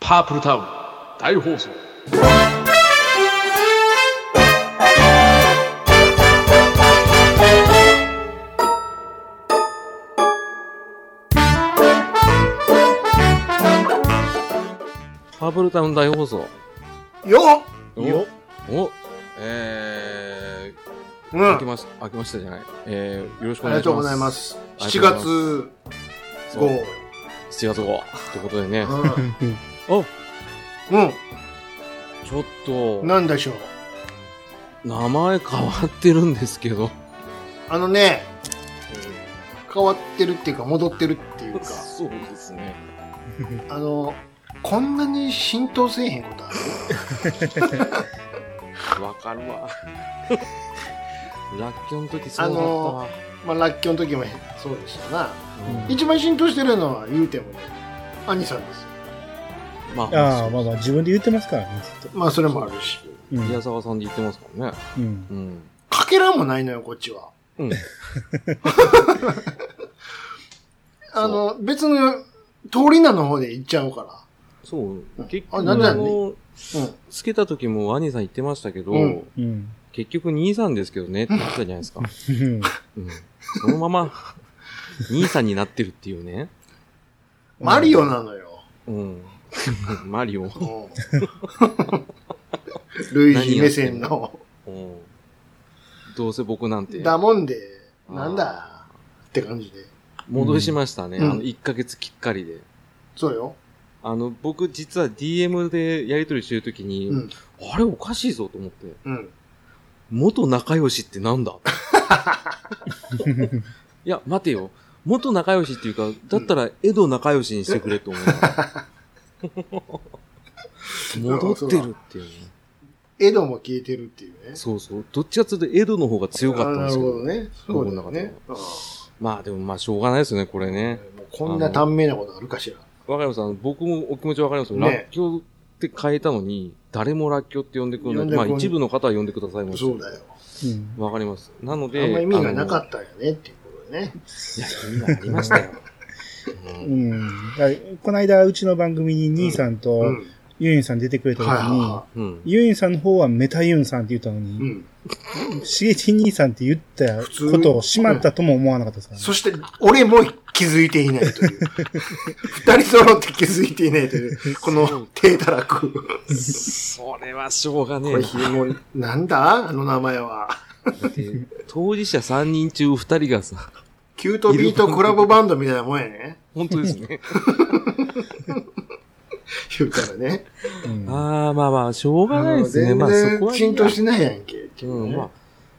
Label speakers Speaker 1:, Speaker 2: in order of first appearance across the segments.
Speaker 1: パープルタウン大放送パープルタウン大放送
Speaker 2: よ
Speaker 1: お
Speaker 2: よ
Speaker 1: おえー、
Speaker 2: う
Speaker 1: 明け
Speaker 2: ん。
Speaker 1: まし明けましてじゃないえー、よろしくお
Speaker 2: あり
Speaker 1: 願
Speaker 2: が
Speaker 1: いします
Speaker 2: とうございます。
Speaker 1: あり
Speaker 2: 7
Speaker 1: がとうご
Speaker 2: 月
Speaker 1: そう
Speaker 2: 号。
Speaker 1: 7月号ということでね
Speaker 2: うん
Speaker 1: お
Speaker 2: う
Speaker 1: ちょっと
Speaker 2: ん。なんでしょう。
Speaker 1: 名前変わって るんですけど
Speaker 2: あのね、変わってるっていうか、戻ってるっていうか、
Speaker 1: そうですね
Speaker 2: あの、こんなに浸透せえへんことある
Speaker 1: わかるわラッキョの時そうだったわ、
Speaker 2: まあ、ラッキョの時もそうでしたな。
Speaker 1: うん
Speaker 2: 一番浸透してるのは、言うてもね、兄さんですよ。
Speaker 1: ま
Speaker 3: あ
Speaker 1: あ
Speaker 3: あ、まあまあ、自分で言ってますからね、ずっと。
Speaker 2: まあ、それもあるし。
Speaker 3: うん。
Speaker 1: 宮沢さんで言ってますからね
Speaker 3: うん。
Speaker 1: うん
Speaker 2: かけらもないのよ、こっちは。
Speaker 1: うん
Speaker 2: あの、別の通りなの方で行っちゃうか
Speaker 1: そう
Speaker 2: うん
Speaker 1: 結
Speaker 2: あ
Speaker 1: 局
Speaker 2: な
Speaker 1: あ
Speaker 3: んだね
Speaker 1: の
Speaker 2: ら。うん。
Speaker 1: つけた時も兄さん言ってましたけど、
Speaker 2: うん
Speaker 3: うん。
Speaker 1: 結局兄さんですけどねって言ってたじゃないですか、
Speaker 3: うん
Speaker 1: うん、そのまま兄さんになってるっていうね
Speaker 2: マリオなのよ。
Speaker 1: うん マリオ、うん、
Speaker 2: ルイージ目線の。
Speaker 1: どうせ僕なんて
Speaker 2: だもんで、
Speaker 1: あー
Speaker 2: なんだって感じで。
Speaker 1: 戻しましたね、
Speaker 2: うん
Speaker 1: あの1ヶ月きっかりで
Speaker 2: そうよ。
Speaker 1: あの、僕実は DM でやり取りしてるときに、
Speaker 2: うん。
Speaker 1: あれおかしいぞと思って、
Speaker 2: うん。
Speaker 1: 元仲良しってなんだ いや、待てよ。元仲良しっていうか、だったら江戸仲良しにしてくれと思う。戻ってるっていうね。
Speaker 2: エドも消えてるっていうね。
Speaker 1: そうそう。どっちかっていうと江戸の方が強かったんで
Speaker 2: あーな
Speaker 1: す
Speaker 2: る
Speaker 1: け
Speaker 2: ほ
Speaker 1: ど。
Speaker 2: どね。そうだよね。うん
Speaker 1: まあでもまあしょうがないですよね、これね。
Speaker 2: もうこんな短命なことあるかしら。
Speaker 1: わかります。あの僕もお気持ちわかりますよ。
Speaker 2: ね
Speaker 1: らっきょうって変えたのに、誰もらっきょうって呼んでくれな
Speaker 2: 呼ん
Speaker 1: い。
Speaker 2: で
Speaker 1: ま
Speaker 2: こ
Speaker 1: あ
Speaker 2: ん
Speaker 1: 一部の方は呼んでくださいました
Speaker 2: そ
Speaker 1: けど
Speaker 2: うだよ。
Speaker 3: うん。
Speaker 1: わかります。なの
Speaker 2: あ
Speaker 1: で、
Speaker 2: んま意味がなか
Speaker 1: っ
Speaker 2: ったんやねっていうことでね。
Speaker 1: た。いや、意味がありました よ。う
Speaker 3: うんん。だからこの間、うちの番組に兄さんと
Speaker 2: うん。
Speaker 3: ユンさん出てくれた
Speaker 2: はい
Speaker 3: 時
Speaker 2: はい
Speaker 3: に
Speaker 2: は、
Speaker 1: うん。
Speaker 3: ユンさんの方はメタユンさんって言ったの
Speaker 2: い。う
Speaker 3: に、
Speaker 2: ん。
Speaker 3: しげち兄さんって言った
Speaker 2: 通
Speaker 3: ことをしまったとも思わなかったですからね
Speaker 2: そして、俺も気づいていないという。 二人揃って気づいていないという、この低たらく。
Speaker 1: それはしょうがね
Speaker 2: こ
Speaker 1: え
Speaker 2: れ
Speaker 1: な
Speaker 2: ひも、なんだあの名前は。
Speaker 1: だって当事者3人中2人がさ、
Speaker 2: キュートビートコラボバンドみたいなもんやね。
Speaker 1: 本当ですね。
Speaker 2: 言うからね。
Speaker 3: うん
Speaker 1: ああ、まあまあ、しょうがないですね。
Speaker 2: 全
Speaker 1: まあそこ
Speaker 2: 然
Speaker 1: は。、
Speaker 2: 浸透してないやんけ。っていううんね
Speaker 1: まあ、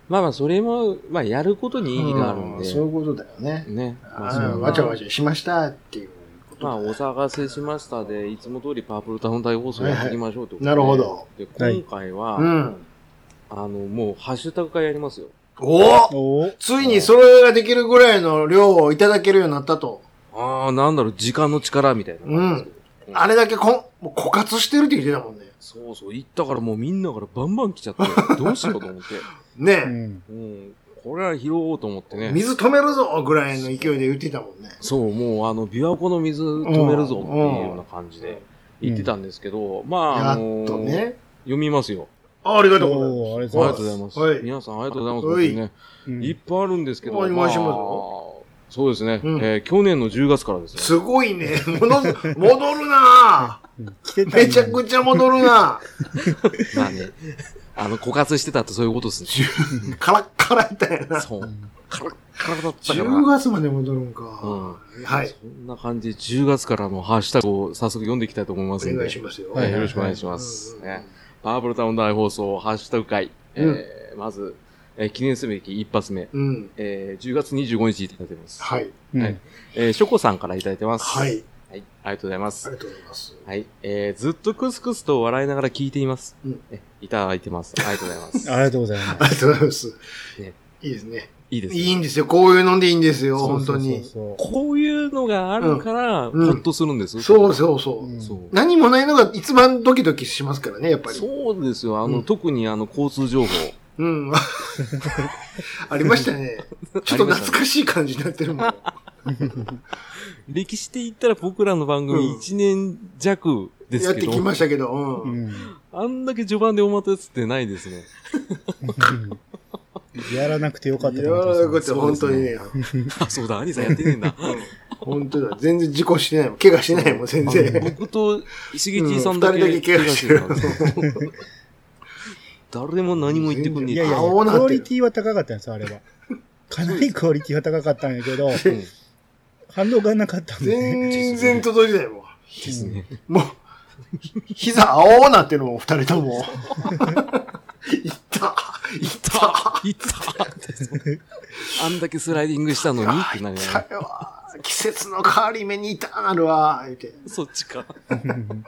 Speaker 1: まあまあ、それも、まあ、やることに意義があるん
Speaker 2: う
Speaker 1: で。
Speaker 2: そういうことだよね。
Speaker 1: ね。まあ
Speaker 2: あ
Speaker 1: それは
Speaker 2: ーわちゃわちゃしましたっていうこと
Speaker 1: まあ、お騒がせしましたで、いつも通りパープルタウン大放送やっていきましょうと、
Speaker 2: なるほ。ど。
Speaker 1: で、今回は、
Speaker 2: うん。
Speaker 1: あの、もう、ハッシュタグ会やりますよ。
Speaker 2: おお
Speaker 3: おー
Speaker 2: ついにそれができるぐらいの量をいただけるようになったと。
Speaker 1: ああ、なんだろう、時間の力みたいな感じですけど。うん
Speaker 2: あれだけこん、もう枯渇してるって言ってたもんね。
Speaker 1: そうそう、行ったからもうみんなからバンバン来ちゃって、どうしようと思 って。
Speaker 3: う
Speaker 2: ね
Speaker 3: ん。
Speaker 1: うん、これは拾おうと思って
Speaker 2: え。
Speaker 1: ね。
Speaker 2: 水止めるぞぐらいの勢いで言ってたもんね。
Speaker 1: そう、もうあの、琵琶湖の水止めるぞっていうような感じで言ってたんですけど、まあ、
Speaker 2: や
Speaker 1: あ
Speaker 2: っ
Speaker 1: の
Speaker 2: とね。
Speaker 1: 読みますよ。
Speaker 2: あありがとうございます。
Speaker 3: おーありが
Speaker 1: ありが
Speaker 3: とう
Speaker 1: とうございます。
Speaker 2: はい
Speaker 1: 皆さんありがとうございます。
Speaker 2: は
Speaker 1: 本
Speaker 2: い
Speaker 1: 当にね、
Speaker 3: ござ
Speaker 1: い
Speaker 3: い
Speaker 1: っぱいあるんですけど。
Speaker 2: お願いしますよ
Speaker 1: まあそうですね、
Speaker 2: うん
Speaker 1: えー去年の10月からですね。
Speaker 2: すごいね。戻す、戻るなぁ
Speaker 3: ます。来てたんや
Speaker 2: めちゃくちゃ戻るなぁ
Speaker 1: まあね、あの、枯渇してたってそういうことですね。
Speaker 2: カラッカラやったやな。
Speaker 1: そうう。
Speaker 3: ん
Speaker 1: カラッカラだったから。
Speaker 2: 10月まで戻るんか。
Speaker 1: うん
Speaker 2: はい。
Speaker 1: そんな感じで、10月からのハッシュタグを早速読んでいきたいと思います
Speaker 2: お
Speaker 1: の
Speaker 2: 願い
Speaker 1: で、
Speaker 2: しますよ。
Speaker 3: はい
Speaker 1: えーよろしくお願いします。
Speaker 2: うんうんうん
Speaker 1: ねパープルタウン大放送ハッシュタグ会、えーまず、えー記念すべき一発目、
Speaker 2: うん。
Speaker 1: えー10月25日いただいてます。
Speaker 2: はい。
Speaker 3: うん
Speaker 1: はいえーショコさんからいただいてます。
Speaker 2: はい。あり
Speaker 1: はいありがとうございます。
Speaker 2: がとうございます。
Speaker 1: はい。えーずっとクスクスと笑いながら聞いています。
Speaker 2: うん
Speaker 1: えいただいてます。ありがとうございます。
Speaker 3: ありがとうございま
Speaker 2: ありがとうございます
Speaker 1: ね。
Speaker 2: いいですね。
Speaker 1: いいですね、
Speaker 2: いいんですよ。こういうのでいいんですよ。
Speaker 3: す。
Speaker 2: 本当に。
Speaker 3: そうそう
Speaker 1: こういうのがあるから、
Speaker 2: うん
Speaker 1: ほっとするんです。
Speaker 2: そうそうそ
Speaker 3: うん
Speaker 2: う。
Speaker 1: そう。
Speaker 2: 何もないのが一番ドキドキしますからね、やっぱり。
Speaker 1: そうですよ。あの、
Speaker 2: うん
Speaker 1: 特にあの、交通情報。
Speaker 2: うん。ありましたね。ちょっと懐かしい感じになってるもん。
Speaker 1: 歴史で言ったら僕らの番組
Speaker 2: うん
Speaker 1: 1年弱です
Speaker 2: やっ
Speaker 1: け
Speaker 2: て
Speaker 1: ど、
Speaker 2: きましたけど、うん。
Speaker 3: うん
Speaker 1: あんだけ序盤でお待たせってないですね。
Speaker 3: やらなくてよかった
Speaker 2: い
Speaker 3: と
Speaker 2: や
Speaker 3: 思って
Speaker 2: ー
Speaker 3: ま
Speaker 2: こ
Speaker 3: す
Speaker 2: っち本当にね、
Speaker 1: あ、そうだ、兄さんやってねえんだ。
Speaker 2: 本当だ。全然事故してないもん。怪我してないもん、全然。
Speaker 1: 僕と石木さんだけ
Speaker 2: うん二人だけ怪我してる
Speaker 1: 怪我してたんですよ誰も何も言ってくんねえっ
Speaker 3: いや
Speaker 1: て
Speaker 3: いや、
Speaker 2: 青なってる
Speaker 3: クオリティは高かったんですよ、あれ は。かなりクオリティは高かったんやけど、
Speaker 1: うんで
Speaker 3: 反応がなかったんでね。
Speaker 2: 全 然届いてないもん。
Speaker 1: すね。
Speaker 2: もう、膝青なってるもん、二人とも。いった。いった。
Speaker 1: いったってあんだけスライディングしたのにってな
Speaker 2: あ
Speaker 1: り
Speaker 2: い
Speaker 1: な
Speaker 2: っ
Speaker 1: がら
Speaker 2: たよ。季節の変わり目にいたなるわ、言うて。
Speaker 1: そっちか。
Speaker 3: うん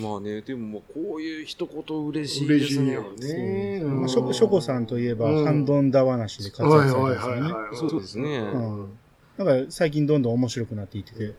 Speaker 1: まあね、でももうこういう一言嬉しいで
Speaker 2: 嬉し
Speaker 1: す
Speaker 2: い
Speaker 1: ね。
Speaker 2: よね。
Speaker 3: まあショコショコさんといえば、
Speaker 2: うん
Speaker 3: ハンドンダ話で活
Speaker 2: は
Speaker 3: 躍
Speaker 2: い
Speaker 3: さ
Speaker 2: は
Speaker 3: れ
Speaker 2: い
Speaker 3: てます
Speaker 2: はい
Speaker 3: よね。
Speaker 2: はい。
Speaker 1: そうですね。
Speaker 3: うんだから最近どんどん面白くなっていってて。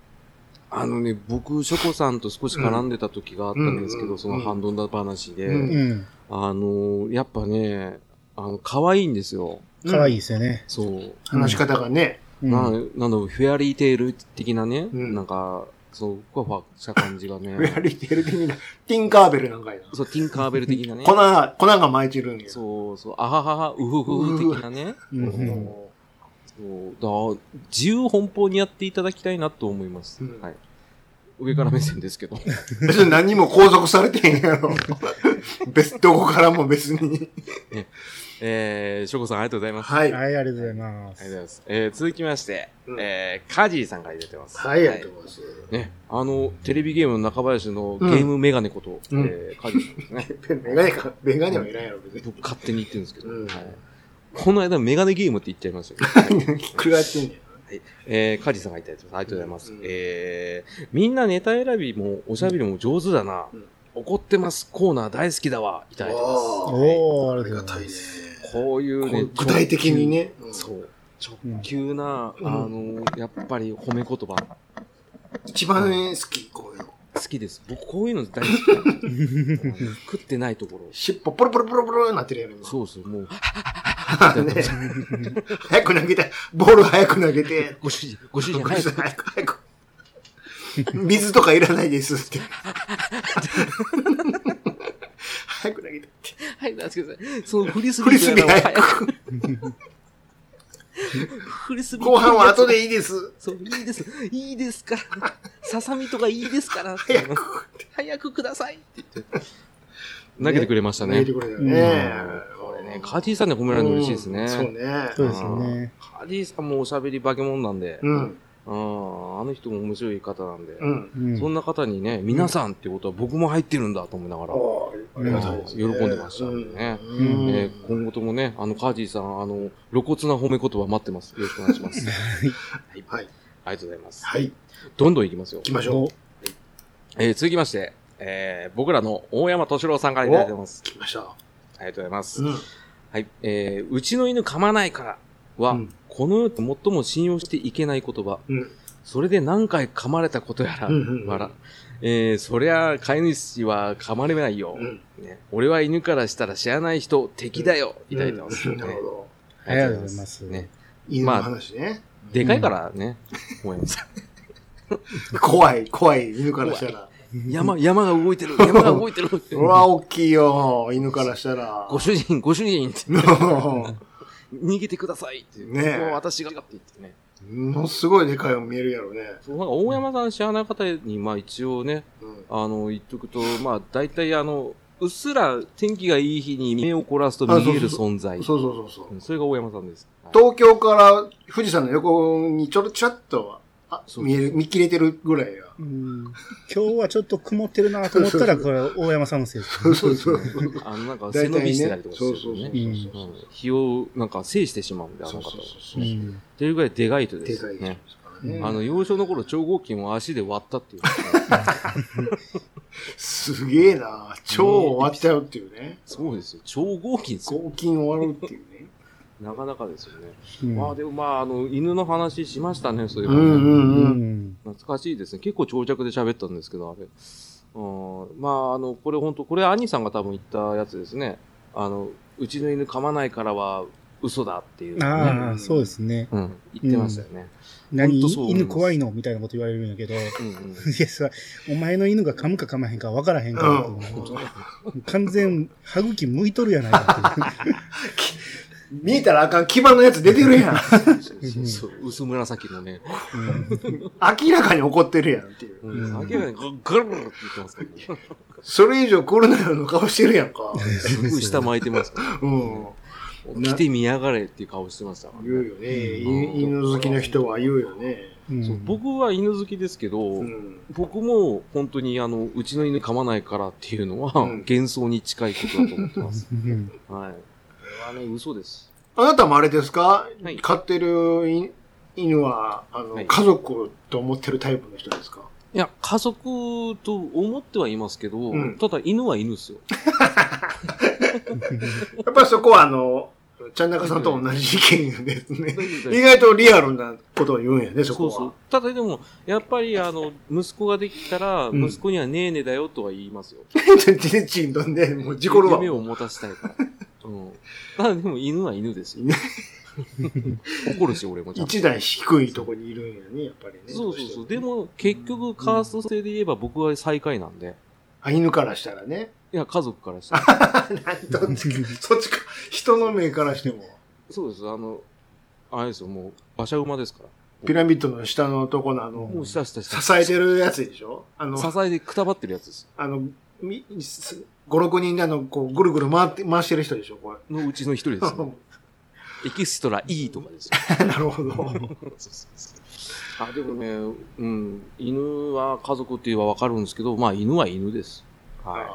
Speaker 1: あのね、僕、ショコさんと少し絡んでた時があったんですけ
Speaker 2: うん
Speaker 1: ど、そのハンドンダ話で、
Speaker 2: うん
Speaker 3: うん。
Speaker 1: あのーやっぱね、あの、可愛いんですよ。
Speaker 3: 可愛い
Speaker 2: い。
Speaker 3: ですよね。
Speaker 1: そう。
Speaker 2: 話し方がね。
Speaker 3: うん
Speaker 1: な、なんだろうフェアリーテール的なね、
Speaker 2: うん
Speaker 1: なんか、そう、ふわふわした感じがね
Speaker 2: ウ、ェアリテル的な。ティンカーベルなんかやな。
Speaker 1: そう、ティンカーベル的なね
Speaker 2: 粉、が、粉が舞い散るんや。
Speaker 1: そう、そう、あははは、うふふふ的なね、
Speaker 3: うんうん
Speaker 1: そう、だ自由奔放にやっていただきたいなと思います。
Speaker 2: うん
Speaker 1: はい。上から目線ですけど。
Speaker 2: 別に何も拘束されてへんや ろ。別、どこからも別に。
Speaker 1: えー、しょこさんありがとうございます。
Speaker 2: はい。
Speaker 3: は
Speaker 2: はい、
Speaker 3: い、ありがとうございま
Speaker 1: ありがとうご
Speaker 3: す
Speaker 1: ざい。ます。えー、続きまして、
Speaker 2: うん
Speaker 1: えー、カジーさんからいただいてます。
Speaker 2: ありがとうございます。
Speaker 1: ね、あの、テレビゲームの中林のゲ
Speaker 2: うん
Speaker 1: ームメガネこと、
Speaker 2: うん
Speaker 1: えー、カジーさんですね。
Speaker 2: メガネか、メガネはいらんやろ、別に。
Speaker 1: 僕勝手に言ってるんですけど、
Speaker 2: うん
Speaker 1: はいこの間メガネゲームって言っちゃいましたけど、
Speaker 2: ひっくり返ってんねん。
Speaker 1: えー、カジさんがいただいてます。ありがとうございます。
Speaker 2: うん
Speaker 1: えー、みんなネタ選びもおしゃべりも上手だな。
Speaker 2: うん
Speaker 1: 怒ってますコーナー大好きだわ。いただいてます。
Speaker 2: お
Speaker 3: おー、あ
Speaker 2: あ
Speaker 3: り
Speaker 2: り
Speaker 3: が
Speaker 2: が
Speaker 3: とうござ
Speaker 2: た
Speaker 3: い
Speaker 2: い
Speaker 3: ま
Speaker 2: ね
Speaker 3: す。。
Speaker 1: こういうね、
Speaker 2: 具体的にね。
Speaker 1: 直球。
Speaker 2: そ
Speaker 1: そうう。直球な、
Speaker 2: うん
Speaker 1: あの、やっぱり褒め言葉、
Speaker 2: 一番好き、こういうの。
Speaker 1: 好きです。僕こういうの大好き。食ってないところ。
Speaker 2: 尻尾ポロポロポロポロなってるやろ、今。
Speaker 1: そうそう、もう、
Speaker 2: う ね。早く投げて、ボール早く投げて。
Speaker 1: ご主人、ご主人、
Speaker 2: ごめん
Speaker 1: 早
Speaker 2: な
Speaker 1: く
Speaker 2: さい早く、早く。水とかいらないです って。早く投げてって。
Speaker 1: はい、出してください。そのフリスビー
Speaker 2: フリ
Speaker 1: と
Speaker 2: ス
Speaker 1: や
Speaker 2: ビ
Speaker 1: らを
Speaker 2: ー早
Speaker 1: 早く。
Speaker 2: く。
Speaker 1: フリスビー
Speaker 2: 後半は後でいいです。
Speaker 1: そう、いいです。いいですから。ささみとかいいですから。
Speaker 2: 早く。
Speaker 1: 早くくださいって言って。投げてくれました
Speaker 2: 投げ
Speaker 1: ね。
Speaker 2: てくれたよ
Speaker 1: うん
Speaker 2: ね。
Speaker 1: これね、カジーさんで褒められるの嬉しいです
Speaker 2: う
Speaker 1: ね。
Speaker 2: んそうね。
Speaker 3: そうですよね。
Speaker 1: カジーさんもおしゃべり化け物なんで、
Speaker 2: うん。
Speaker 1: うんあの人も面白い方なんで、
Speaker 2: うん。
Speaker 3: うん
Speaker 1: そんな方にね、皆さんってことは僕も入ってるんだと思いながら、
Speaker 2: おーありがたいですね。
Speaker 1: うん喜んでましたね
Speaker 2: う
Speaker 3: うん
Speaker 2: ん
Speaker 1: えー今後ともね、あの、カジーさん、あの、露骨な褒め言葉待ってます。よろしくお願いし ます。はい。
Speaker 2: はい。
Speaker 1: ありがとうございます。
Speaker 2: はい。行
Speaker 1: どんどんいきますよ。
Speaker 2: きましょう。
Speaker 1: えー続きまして、えー僕らの大山敏郎さんからいただいてます。
Speaker 2: 来ました。
Speaker 1: ありがとうございます。
Speaker 2: うん。
Speaker 1: はい。えーうちの犬噛まないからは、
Speaker 2: うん
Speaker 1: この世で最も信用していけない言葉。
Speaker 2: うん
Speaker 1: それで何回噛まれたことやら、
Speaker 2: うんうんうん
Speaker 1: 笑えーそりゃ飼い主は噛まれないよ、
Speaker 2: うん。
Speaker 1: ね。俺は犬からしたら知らない人、敵だよ、いただいてます、
Speaker 2: うん
Speaker 1: ね
Speaker 2: なるほど。
Speaker 3: ありがとうございます
Speaker 1: ね。
Speaker 2: 犬の話ね。
Speaker 1: でかいからね、思います。
Speaker 2: 怖い、怖い、犬からしたら。
Speaker 1: 山、山が動いてる、山が動いてるって
Speaker 2: う。わ、大きいよ、犬からしたら。
Speaker 1: ご主人、ご主人って、
Speaker 2: の、
Speaker 1: 逃げてくださいって。
Speaker 2: ねえ
Speaker 1: ここは私がって言ってね。
Speaker 2: ものすごいでかいように見えるやろね。
Speaker 1: そうなんか大山さん知らない方に、まあ一応ね、
Speaker 2: うん
Speaker 1: あの、言っとくと、まあ大体あの、うっすら天気がいい日に目を凝らすと見える存在。
Speaker 2: そうそうそうそうう。
Speaker 1: んそれが大山さんです。はい
Speaker 2: 東京から富士山の横にちょろちょろっと、あ
Speaker 1: そう
Speaker 2: 見える、見切れてるぐらいや。
Speaker 3: うん今日はちょっと曇ってるなと思ったら、これ、大山さんのせ いです
Speaker 2: そうそうそう。
Speaker 1: あの、なんか背
Speaker 2: 大
Speaker 1: 伸
Speaker 2: 体
Speaker 1: びしてた
Speaker 2: ね
Speaker 1: りと。かしてる
Speaker 2: そうそうそう
Speaker 1: ね。
Speaker 3: うん
Speaker 1: うん日を、なんか制してしまうんで、あ
Speaker 2: そ
Speaker 1: の
Speaker 2: う
Speaker 1: 方
Speaker 2: そう
Speaker 1: は。
Speaker 2: そうう。
Speaker 3: ん。
Speaker 1: というぐらいでかい人で
Speaker 2: ですか
Speaker 1: よ
Speaker 2: い
Speaker 1: ね。
Speaker 2: ですからね。
Speaker 3: うん
Speaker 1: あの、幼少の頃、超合金を足で割ったっていう。
Speaker 2: すげえな超終わっちゃうっていうね。
Speaker 1: そうですよ。超合金ですよ。
Speaker 2: 合金終わるっていうね。
Speaker 1: なかなかですよね。
Speaker 3: うん
Speaker 1: まあでもまあ、あの、犬の話しましたね、そういうう、ね
Speaker 2: ん
Speaker 3: う
Speaker 2: う
Speaker 3: ん
Speaker 2: うん。
Speaker 3: ん。
Speaker 1: 懐かしいですね。結構長尺で喋ったんですけど、あれ。うん、まあ、あの、これ本当これ兄さんが多分言ったやつですね。あの、うちの犬噛まないからは、嘘だっていう、
Speaker 3: あ
Speaker 2: う
Speaker 3: あ、
Speaker 2: ん
Speaker 3: そうですね。
Speaker 1: うん、言ってましたよね。ほ
Speaker 3: 何
Speaker 1: んとそう思います
Speaker 3: 犬怖いのみたいなこと言われるんやけど、い
Speaker 1: う んうん
Speaker 3: やさ、お前の犬が噛むか噛まへんか分からへんからっていう、完全、歯茎向いとるやないかっていう。
Speaker 2: 見えたらあかん牙のやつ出てるやん。
Speaker 1: そうそうそう薄紫のね、
Speaker 2: 明らかに怒ってるやんっていう。
Speaker 1: うん、
Speaker 3: うん
Speaker 1: 明らかにぐぐるるって言ってますけど、
Speaker 2: それ以上コロナの顔してるやんか。
Speaker 1: すごい下巻いてますから、
Speaker 2: うん。
Speaker 1: 来てみやがれっていう顔してましたからね、
Speaker 2: 言うよね。
Speaker 1: うん
Speaker 2: い犬好きの人は言うよね。
Speaker 3: うん
Speaker 1: そう 僕は犬好きですけど、
Speaker 2: うん。
Speaker 1: 僕も本当にあの、うちの犬噛まないからっていうのは、
Speaker 2: うん
Speaker 1: 幻想に近いことだと思って ます。
Speaker 3: うん
Speaker 1: はい。これはね、嘘です。
Speaker 2: あなたもあれですか、
Speaker 1: はい
Speaker 2: 飼ってるい犬は、あの、
Speaker 1: はい
Speaker 2: 家族と思ってるタイプの人ですか
Speaker 1: いや、家族と思ってはいますけど、
Speaker 2: うん
Speaker 1: ただ犬は犬 ですよ。
Speaker 2: やっぱりそこはあの、ちゃんなかさんと同じ意見ですね。意外とリアルなことを言うんやね、そこ
Speaker 1: そう
Speaker 2: は。
Speaker 1: そう。ただでも、やっぱりあの、息子ができたら、
Speaker 2: うん
Speaker 1: 息子にはねえねだよとは言いますよ。
Speaker 2: 全然チンとね、もう事故るわ
Speaker 1: 夢。を持たせたいから。うん。ただでも犬は犬 ですよ。怒るし、俺もちゃんと。
Speaker 2: 一台低いとこにいるんやね、やっぱりね。
Speaker 1: そうそうそう。
Speaker 2: どして
Speaker 1: で
Speaker 2: もね。
Speaker 1: も、結局、カースト制で言えば僕は最下位なんで。
Speaker 2: あ、犬からしたらね。
Speaker 1: いや、家族からしたら。
Speaker 2: 何とそっちか、人の目からしても。
Speaker 1: そうです。あの、あれですよ、もう、馬車馬ですか
Speaker 2: ピラミッドの下のとこのあの
Speaker 1: ら。、もう、したした した。
Speaker 2: 支えてるやつでしょあの、
Speaker 1: 支えでくたばってるやつです。
Speaker 2: あの、み、す5、6人であの、こう、ぐるぐる回って、回してる人でしょこ
Speaker 1: のうちの一人
Speaker 2: れ。
Speaker 1: です、ね。エキストラ E とかですよ。
Speaker 2: なるほど。
Speaker 1: あ、でもね、うん、犬は家族って言えばわかるんですけど、まあ、犬は犬です。は
Speaker 2: あ
Speaker 1: い。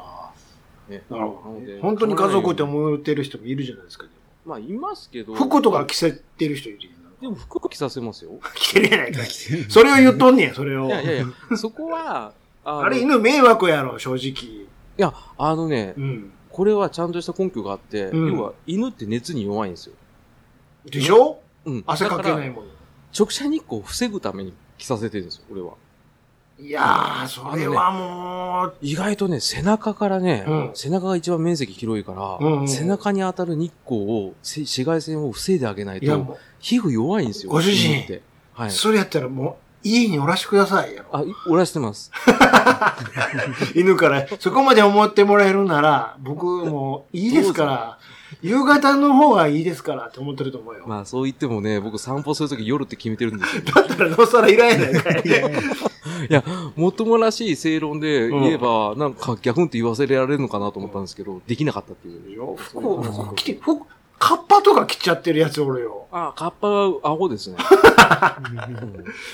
Speaker 1: ね
Speaker 2: ーなるほど
Speaker 1: なの
Speaker 2: ね。
Speaker 1: で
Speaker 2: 本当に家族って思ってる人もいるじゃないですか。
Speaker 1: まあ、いますけど。
Speaker 2: 服とか着せてる人いるやん。
Speaker 1: でも服は着させ ますよ。
Speaker 2: 着てるやないか。
Speaker 3: うん
Speaker 2: それを言っとんねや、それ
Speaker 1: い
Speaker 2: を。
Speaker 1: やいやいや、そこは、あ
Speaker 2: あれ
Speaker 1: い
Speaker 2: 犬迷惑やろ、正直。
Speaker 1: や、あのね、
Speaker 2: うん。
Speaker 1: これはちゃんとした根拠があって、
Speaker 2: うん
Speaker 1: 要は犬って熱に弱いんですよ。
Speaker 2: でしょ
Speaker 1: うん。
Speaker 2: 汗かけ
Speaker 1: だ
Speaker 2: な
Speaker 1: ら
Speaker 2: いもん。
Speaker 1: 直射日光を防ぐために着させてるんですよ、俺は。
Speaker 2: いやー、それはもう、
Speaker 1: 意外とね、背中からね、
Speaker 2: うん
Speaker 1: 背中が一番面積広いから、
Speaker 2: うんうん
Speaker 1: 背中に当たる日光を、せ紫外線を防いであげない
Speaker 2: いや
Speaker 1: と、
Speaker 2: も
Speaker 1: 皮膚弱いんですよ。
Speaker 2: ご主人
Speaker 1: 犬って。は
Speaker 2: う、
Speaker 1: い。
Speaker 2: それやったらもう、家におらしてくださいやろ。
Speaker 1: あ、いおらしてます。
Speaker 2: 犬から、そこまで思ってもらえるなら、僕もういいですから、夕方の方がいいですからって思ってると思うよ。
Speaker 1: まあそう言ってもね、僕散歩するとき夜って決めてるん ですよ。
Speaker 2: だったらなおさらいらんやないかい。
Speaker 1: いや、もっともらしい正論で
Speaker 2: うん
Speaker 1: 言えば、なんか逆にって言わせられるのかなと思ったんですけど、できなかったっていう。
Speaker 2: 服を、服着て、服、カッパとか着ちゃってるやつおるよ。
Speaker 1: あ、カッパは顎ですね。うん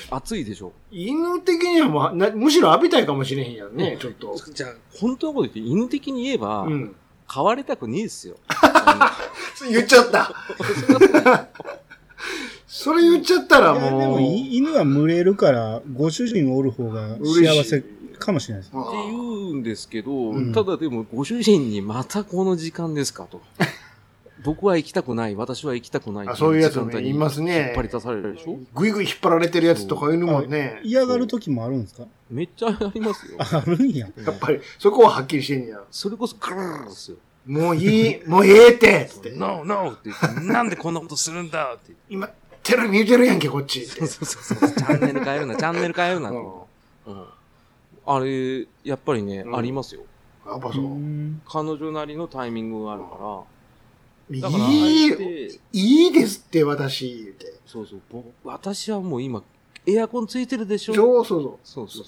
Speaker 1: 暑いでしょ。
Speaker 2: 犬的にはもうな、むしろ浴びたいかもしれへんやんね、ちょっと。
Speaker 1: じゃあ、本当のこと言って犬的に言えば、
Speaker 2: うん。
Speaker 1: 飼われたくねえっすよ。
Speaker 2: 言っちゃった。それ言っちゃったら
Speaker 3: いやで
Speaker 2: も
Speaker 3: も
Speaker 2: う。
Speaker 3: い犬は群れるから、ご主人おる方が幸せかもしれないです。
Speaker 2: あ
Speaker 1: って言
Speaker 2: ー
Speaker 1: うんですけど、
Speaker 2: ん
Speaker 1: ただでもご主人にまたこの時間ですかと。僕は行きたくない、私は行きたくない
Speaker 2: あそういうやつも
Speaker 1: 時間帯
Speaker 2: ね、
Speaker 1: に
Speaker 2: います
Speaker 1: 引っ
Speaker 2: ね
Speaker 1: 張。り出されるでしょ
Speaker 2: ぐいぐい引っ張られてるやつとかいるもんね。
Speaker 3: 嫌がる時もあるんですか
Speaker 1: めっちゃありますよ。
Speaker 3: あるんや。
Speaker 2: やっぱり、そこははっきりしてんねや。
Speaker 1: それこそグルーですよ。
Speaker 2: もういい、もうええってつって。
Speaker 1: ノーノーって言って、なんでこんなことするんだって
Speaker 2: 今、テレビ見てるやんけ、こっちって。
Speaker 1: 言って。そうそうそう。チャンネル変えるな、チャンネル変えるなって。
Speaker 2: う
Speaker 1: うんあれ、やっぱりね、
Speaker 2: うん
Speaker 1: ありますよ。
Speaker 2: んやっぱ
Speaker 3: う
Speaker 2: そう。
Speaker 3: ん
Speaker 1: 彼女なりのタイミングがあるから。だから、
Speaker 2: い
Speaker 1: あ
Speaker 2: い、
Speaker 1: えて
Speaker 2: いいですって、私、言うて。
Speaker 1: そうそう、僕、私はもう今、エアコンついてるでしょ
Speaker 2: そうそう
Speaker 1: そうそうそう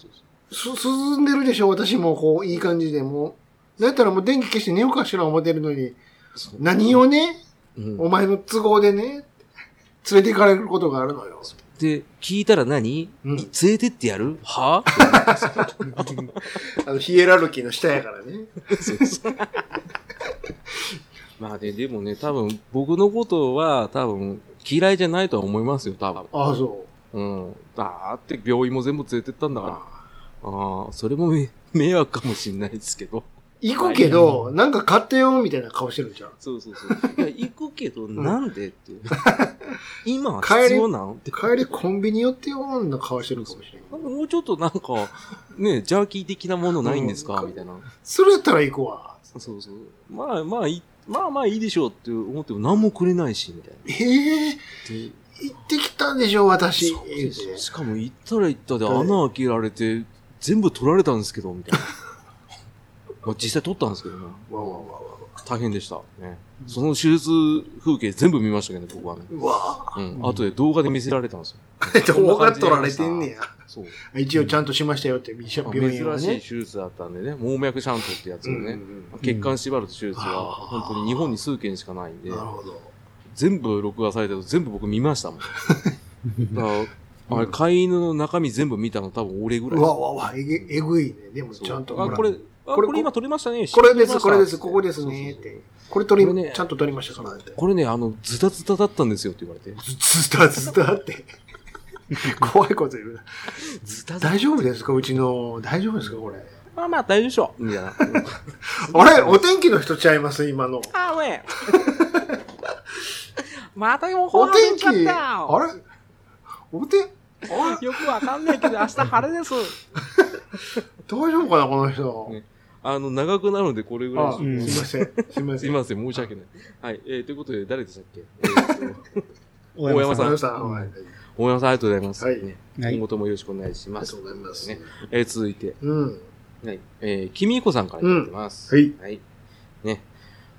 Speaker 1: そう。
Speaker 2: そう。す、涼んでるでしょ、私も、こう、いい感じで、もう。だったらもう電気消して寝ようかしら思ってるのに、
Speaker 1: そう
Speaker 2: 何をね、
Speaker 1: うん
Speaker 2: お前の都合でね、連れて行かれることがあるのよ。
Speaker 1: で、聞いたら何、
Speaker 2: うん
Speaker 1: 連れてってやるは
Speaker 2: あの、ヒエラルキーの下やからね。
Speaker 1: まあね、でもね、多分、僕のことは多分、嫌いじゃないとは思いますよ、多分。
Speaker 2: ああ、そう。
Speaker 1: うん。だって病院も全部連れてったんだから。
Speaker 2: あ
Speaker 1: ああ、それもめ 迷惑かもしれないですけど。
Speaker 2: 行くけど、なんか買ってよ、みたいな顔してるんじゃん。
Speaker 1: そうそうそう。 いや、行くけど、なんで っていう。今は
Speaker 2: 帰り
Speaker 1: 必要なのって。
Speaker 2: 帰りコンビニ寄ってよ、んな顔してるかもしれん
Speaker 1: なんかもうちょっと なんか、ね、ジャーキー的なものないんですか、みたいな。
Speaker 2: それやったら行くわ。
Speaker 1: そうそう。まあまあ、行っまあまあいいでしょうって思っても何もくれないし、みたいな。
Speaker 2: ええ
Speaker 1: で
Speaker 2: 行ってきたんでしょ、私。
Speaker 1: そう
Speaker 2: 言うて
Speaker 1: しかも行ったら行ったで
Speaker 2: はい
Speaker 1: 穴開けられて、全部取られたんですけど、みたい な。まあ実際取ったんですけどね。
Speaker 2: わわわわ
Speaker 1: 大変でした。ね。その手術風景全部見ましたけどね、僕はね。
Speaker 2: うわ
Speaker 1: うん。後で動画で見せられたんですよ。
Speaker 2: ぁ。動画撮られてんねや。
Speaker 1: そう。
Speaker 2: 一応ちゃんとしましたよって、医者
Speaker 1: まあ
Speaker 2: 病院は
Speaker 1: 珍しい手
Speaker 2: ね。
Speaker 1: 術だったんでね、網膜シャントってやつを
Speaker 2: う
Speaker 1: ね
Speaker 2: んうん、
Speaker 1: 血管縛る手術は
Speaker 2: うん
Speaker 1: 本当に日本に数件しかないんで
Speaker 2: な、るほど。
Speaker 1: 全部録画されてるの全部僕見ま したもん。だから、あれ、飼い犬の中身全部見たの多分俺ぐら
Speaker 2: う
Speaker 1: い。
Speaker 2: わわわ、えげえぐいね。でも
Speaker 1: そう
Speaker 2: ちゃんと。
Speaker 1: あ、
Speaker 2: ほら
Speaker 1: これ、あ
Speaker 2: こ
Speaker 1: こ
Speaker 2: れ
Speaker 1: れ今撮りましたね。
Speaker 2: これで
Speaker 1: 知
Speaker 2: す、
Speaker 1: ってま
Speaker 2: こ
Speaker 1: した
Speaker 2: れです、ここですね。っ。
Speaker 1: そうそう
Speaker 2: て。これ取
Speaker 1: こ
Speaker 2: り、
Speaker 1: れね
Speaker 2: ちゃんと取りましたからって。
Speaker 1: これね、あの、ズタズタだったんですよって言われて。
Speaker 2: ずずたずたって。怖いこと言うな。
Speaker 1: ズタズタ
Speaker 2: 大。丈夫ですかうちの、大丈夫ですかこれ。
Speaker 1: まあまあ、大丈夫でしょ。みたいな。
Speaker 2: あれお天気の人ちゃいます今の。
Speaker 1: あ、おい。 また予
Speaker 2: お
Speaker 1: 報
Speaker 2: 天気、あ
Speaker 1: ち
Speaker 2: れ
Speaker 1: ゃったよ。
Speaker 2: お天、あ
Speaker 1: よくわかんないけど、明日晴れです。
Speaker 2: れ大丈夫かなこの人。
Speaker 1: ね あの、長くなるので、これぐらい
Speaker 2: あ
Speaker 1: にし
Speaker 2: す
Speaker 1: よう
Speaker 2: いません。すいませ
Speaker 1: す
Speaker 2: ん。
Speaker 1: いません、申し訳ない。はい、えーということで、誰でしたっけ、え ーと
Speaker 3: 大
Speaker 1: 大山
Speaker 2: 山さん、
Speaker 3: うん
Speaker 2: はい
Speaker 1: 大山さん、ありがとうございます。
Speaker 2: はい
Speaker 1: ね
Speaker 3: はい
Speaker 1: 今後ともよろしくお願いし
Speaker 2: あり
Speaker 1: ま
Speaker 2: が
Speaker 1: す
Speaker 2: と。うございます。
Speaker 1: ねえー続いて、
Speaker 2: うん。
Speaker 1: はい、えー、きみいこさんからいただいてます。
Speaker 2: うん
Speaker 1: はい。ね。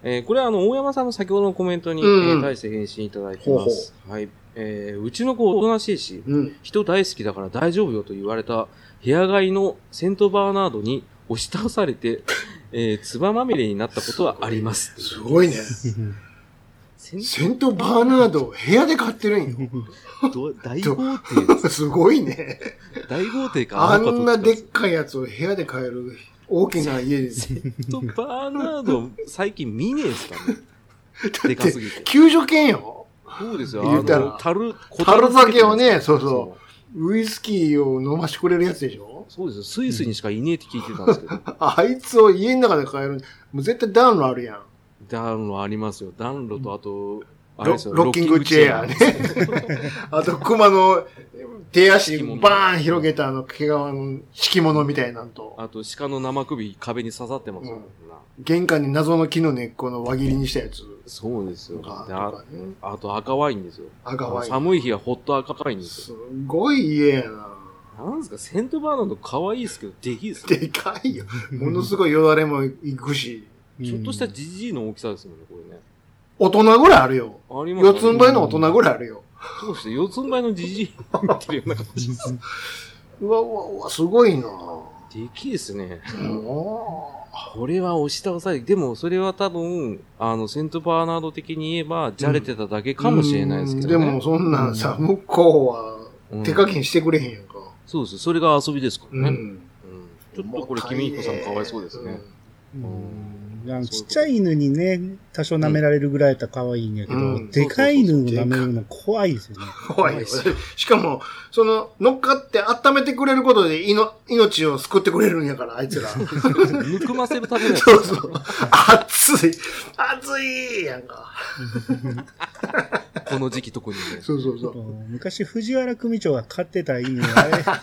Speaker 1: えーこれはあの、大山さんの先ほどのコメントに、
Speaker 2: うんうん
Speaker 1: えー対して返信いただいてます。はい。えーうちの子おとなしいし、
Speaker 2: うん。
Speaker 1: 人大好きだから大丈夫よと言われた部屋買いのセントバーナードに押し倒されて、 えー、つばまみれになったことはあり ます。
Speaker 2: すごいね。
Speaker 1: セン
Speaker 2: セントバーナード、部屋で買ってるん よ。
Speaker 1: ト大豪邸です。
Speaker 2: すごいね。
Speaker 1: 大豪邸か。
Speaker 2: あんなでっ
Speaker 1: セ
Speaker 2: かいやつを部屋で買える大き な家で。
Speaker 1: ントバーナード、最近見ねえですからね。でか
Speaker 2: だって
Speaker 1: すぎて。
Speaker 2: 救助犬よ。
Speaker 1: そうですよ。
Speaker 2: 言うたら
Speaker 1: あの、樽、
Speaker 2: 樽酒をね
Speaker 1: 小樽
Speaker 2: そうそう
Speaker 1: そう。
Speaker 2: ウイスキーを飲ましてくれるやつでしょ
Speaker 1: そうですよ。スイスにしかいねえって聞いてたんですけど。
Speaker 2: あいつを家の中で買える。もう絶対暖炉あるやん。
Speaker 1: 暖炉ありますよ。暖炉とあと、あれ
Speaker 2: ロ
Speaker 1: ですよ。
Speaker 2: ロッキングチェアね。 あと、熊の手足バーン広げたあの毛皮の敷物みたいなんと、
Speaker 1: あと、鹿の生首、壁に刺さってますよ。
Speaker 2: うん
Speaker 1: こんな
Speaker 2: 玄関に謎の木の根っこの輪切りにしたやつ
Speaker 1: そうですよ。
Speaker 2: と
Speaker 1: で
Speaker 2: か、
Speaker 1: あ
Speaker 2: とかね
Speaker 1: あと赤ワインですよ。
Speaker 2: 赤ワイン。
Speaker 1: 寒い日はホット赤ワインです
Speaker 2: す
Speaker 1: よ。
Speaker 2: ごい家やな。
Speaker 1: なんですか、セントバーナード可愛いですけど、できいですね。
Speaker 2: でかいよ。ものすごいよだれもいくし、
Speaker 1: ちょっとしたジジイの大きさですもんね、これね。
Speaker 2: 大人ぐらいあるよ。
Speaker 1: あります
Speaker 2: 四つん這いの大人ぐらいあるよ。
Speaker 1: そうですね四つん這いのジジイになってるような感じ。
Speaker 2: うわうわうわ、すごいな。
Speaker 1: できいですね。
Speaker 2: も
Speaker 1: これは押し倒され、でもそれは多分、あの、セントバーナード的に言えば、じゃれてただけ
Speaker 2: う
Speaker 1: かもしれないですけ
Speaker 2: う
Speaker 1: ど
Speaker 2: ん
Speaker 1: ね。
Speaker 2: でも、そんなんさ、向こう
Speaker 1: うん
Speaker 2: は手加減してくれへんやんか。
Speaker 1: そうです。それが遊びですからね。うん
Speaker 2: ん。
Speaker 1: ちょっとこれ、君彦さんかわいそうですね。
Speaker 3: うんあのちっちゃい犬にね、多少舐められるぐらいやったら可愛いんやけど、
Speaker 2: うん
Speaker 3: でかい犬を舐めるの怖いですよね。
Speaker 2: 怖いよ。しかも、その、乗っかって温めてくれることで、いの、命を救ってくれるんやから、あ いつら。
Speaker 1: ぬくませるためのやつ
Speaker 2: そうそう。熱い。熱いやんか。
Speaker 1: この時期特にね。
Speaker 2: そうそうそ
Speaker 3: あと
Speaker 2: う。
Speaker 3: 昔、藤原組長が飼ってた犬が、あれ、なんか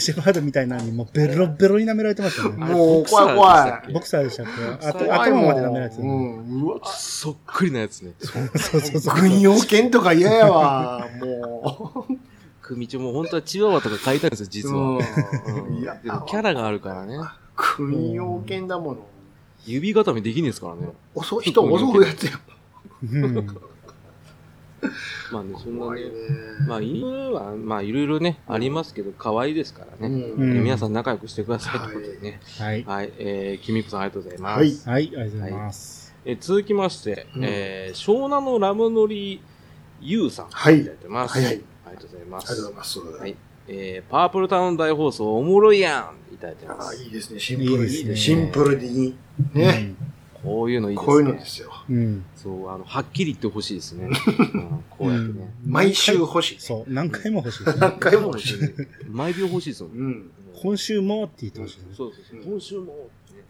Speaker 3: シェパードみたいなのにもうベロベロに舐められてましたね。
Speaker 2: もう、怖い怖い。
Speaker 3: ボクサーでしたっけあと
Speaker 2: 怖い
Speaker 3: 頭
Speaker 2: もん
Speaker 3: まで舐められてた
Speaker 2: う
Speaker 3: ね。
Speaker 2: ん。うわ、
Speaker 1: そっくりなやつね。
Speaker 3: そうそうそう。
Speaker 2: 軍用犬とか嫌やわ、も
Speaker 1: 組長も本当はチワワとか買いたいんですよ、
Speaker 2: う。
Speaker 1: 実は。
Speaker 2: う
Speaker 1: うん
Speaker 2: ん。いや
Speaker 1: でもキャラがあるからね。
Speaker 2: 軍用犬だもの。
Speaker 1: 指固めできねえですからね。
Speaker 2: 襲う、人を襲うやつや。
Speaker 3: うん
Speaker 1: まあね、そんな
Speaker 2: 怖い
Speaker 1: ね。
Speaker 2: ね。
Speaker 1: まあ、犬は、まあ、いろいろね、ありますけど、可愛いですからね。
Speaker 2: うん
Speaker 3: うん
Speaker 1: 皆さん仲良くしてくださいということでね。
Speaker 3: はい。
Speaker 1: はい、えー、きみこさんありがとうございます。
Speaker 2: はい
Speaker 3: はい、ありがとうございます。
Speaker 1: えー続きまして、
Speaker 2: うん
Speaker 1: えー湘南のラムノリユウさん。
Speaker 2: は
Speaker 1: い
Speaker 2: い
Speaker 1: ただいてます。
Speaker 2: はいはい
Speaker 1: ありがとうございま
Speaker 2: ありがとうござ
Speaker 1: す
Speaker 2: い。ます。
Speaker 1: はいえー、パープルタウン大放送おもろいやんいただいてま
Speaker 2: ああ、
Speaker 1: す。
Speaker 2: いいですね。シンプル
Speaker 3: いいです
Speaker 2: に。
Speaker 3: ね
Speaker 2: シンプルでいい。ね。
Speaker 1: こういうのいいですね。
Speaker 2: こういうのですよ。
Speaker 3: うん。うん。
Speaker 1: そう、あの、はっきり言ってほしいです ね。うんこうやってね。
Speaker 3: うん
Speaker 2: 毎週欲しい。
Speaker 3: そう、何回も欲しいですね。
Speaker 2: 何回も欲しい。
Speaker 1: 毎秒欲しいですもんね。
Speaker 2: うん。
Speaker 1: うん
Speaker 3: 今週もって言ってほしいですね。
Speaker 1: そうそうそう。今週も、ね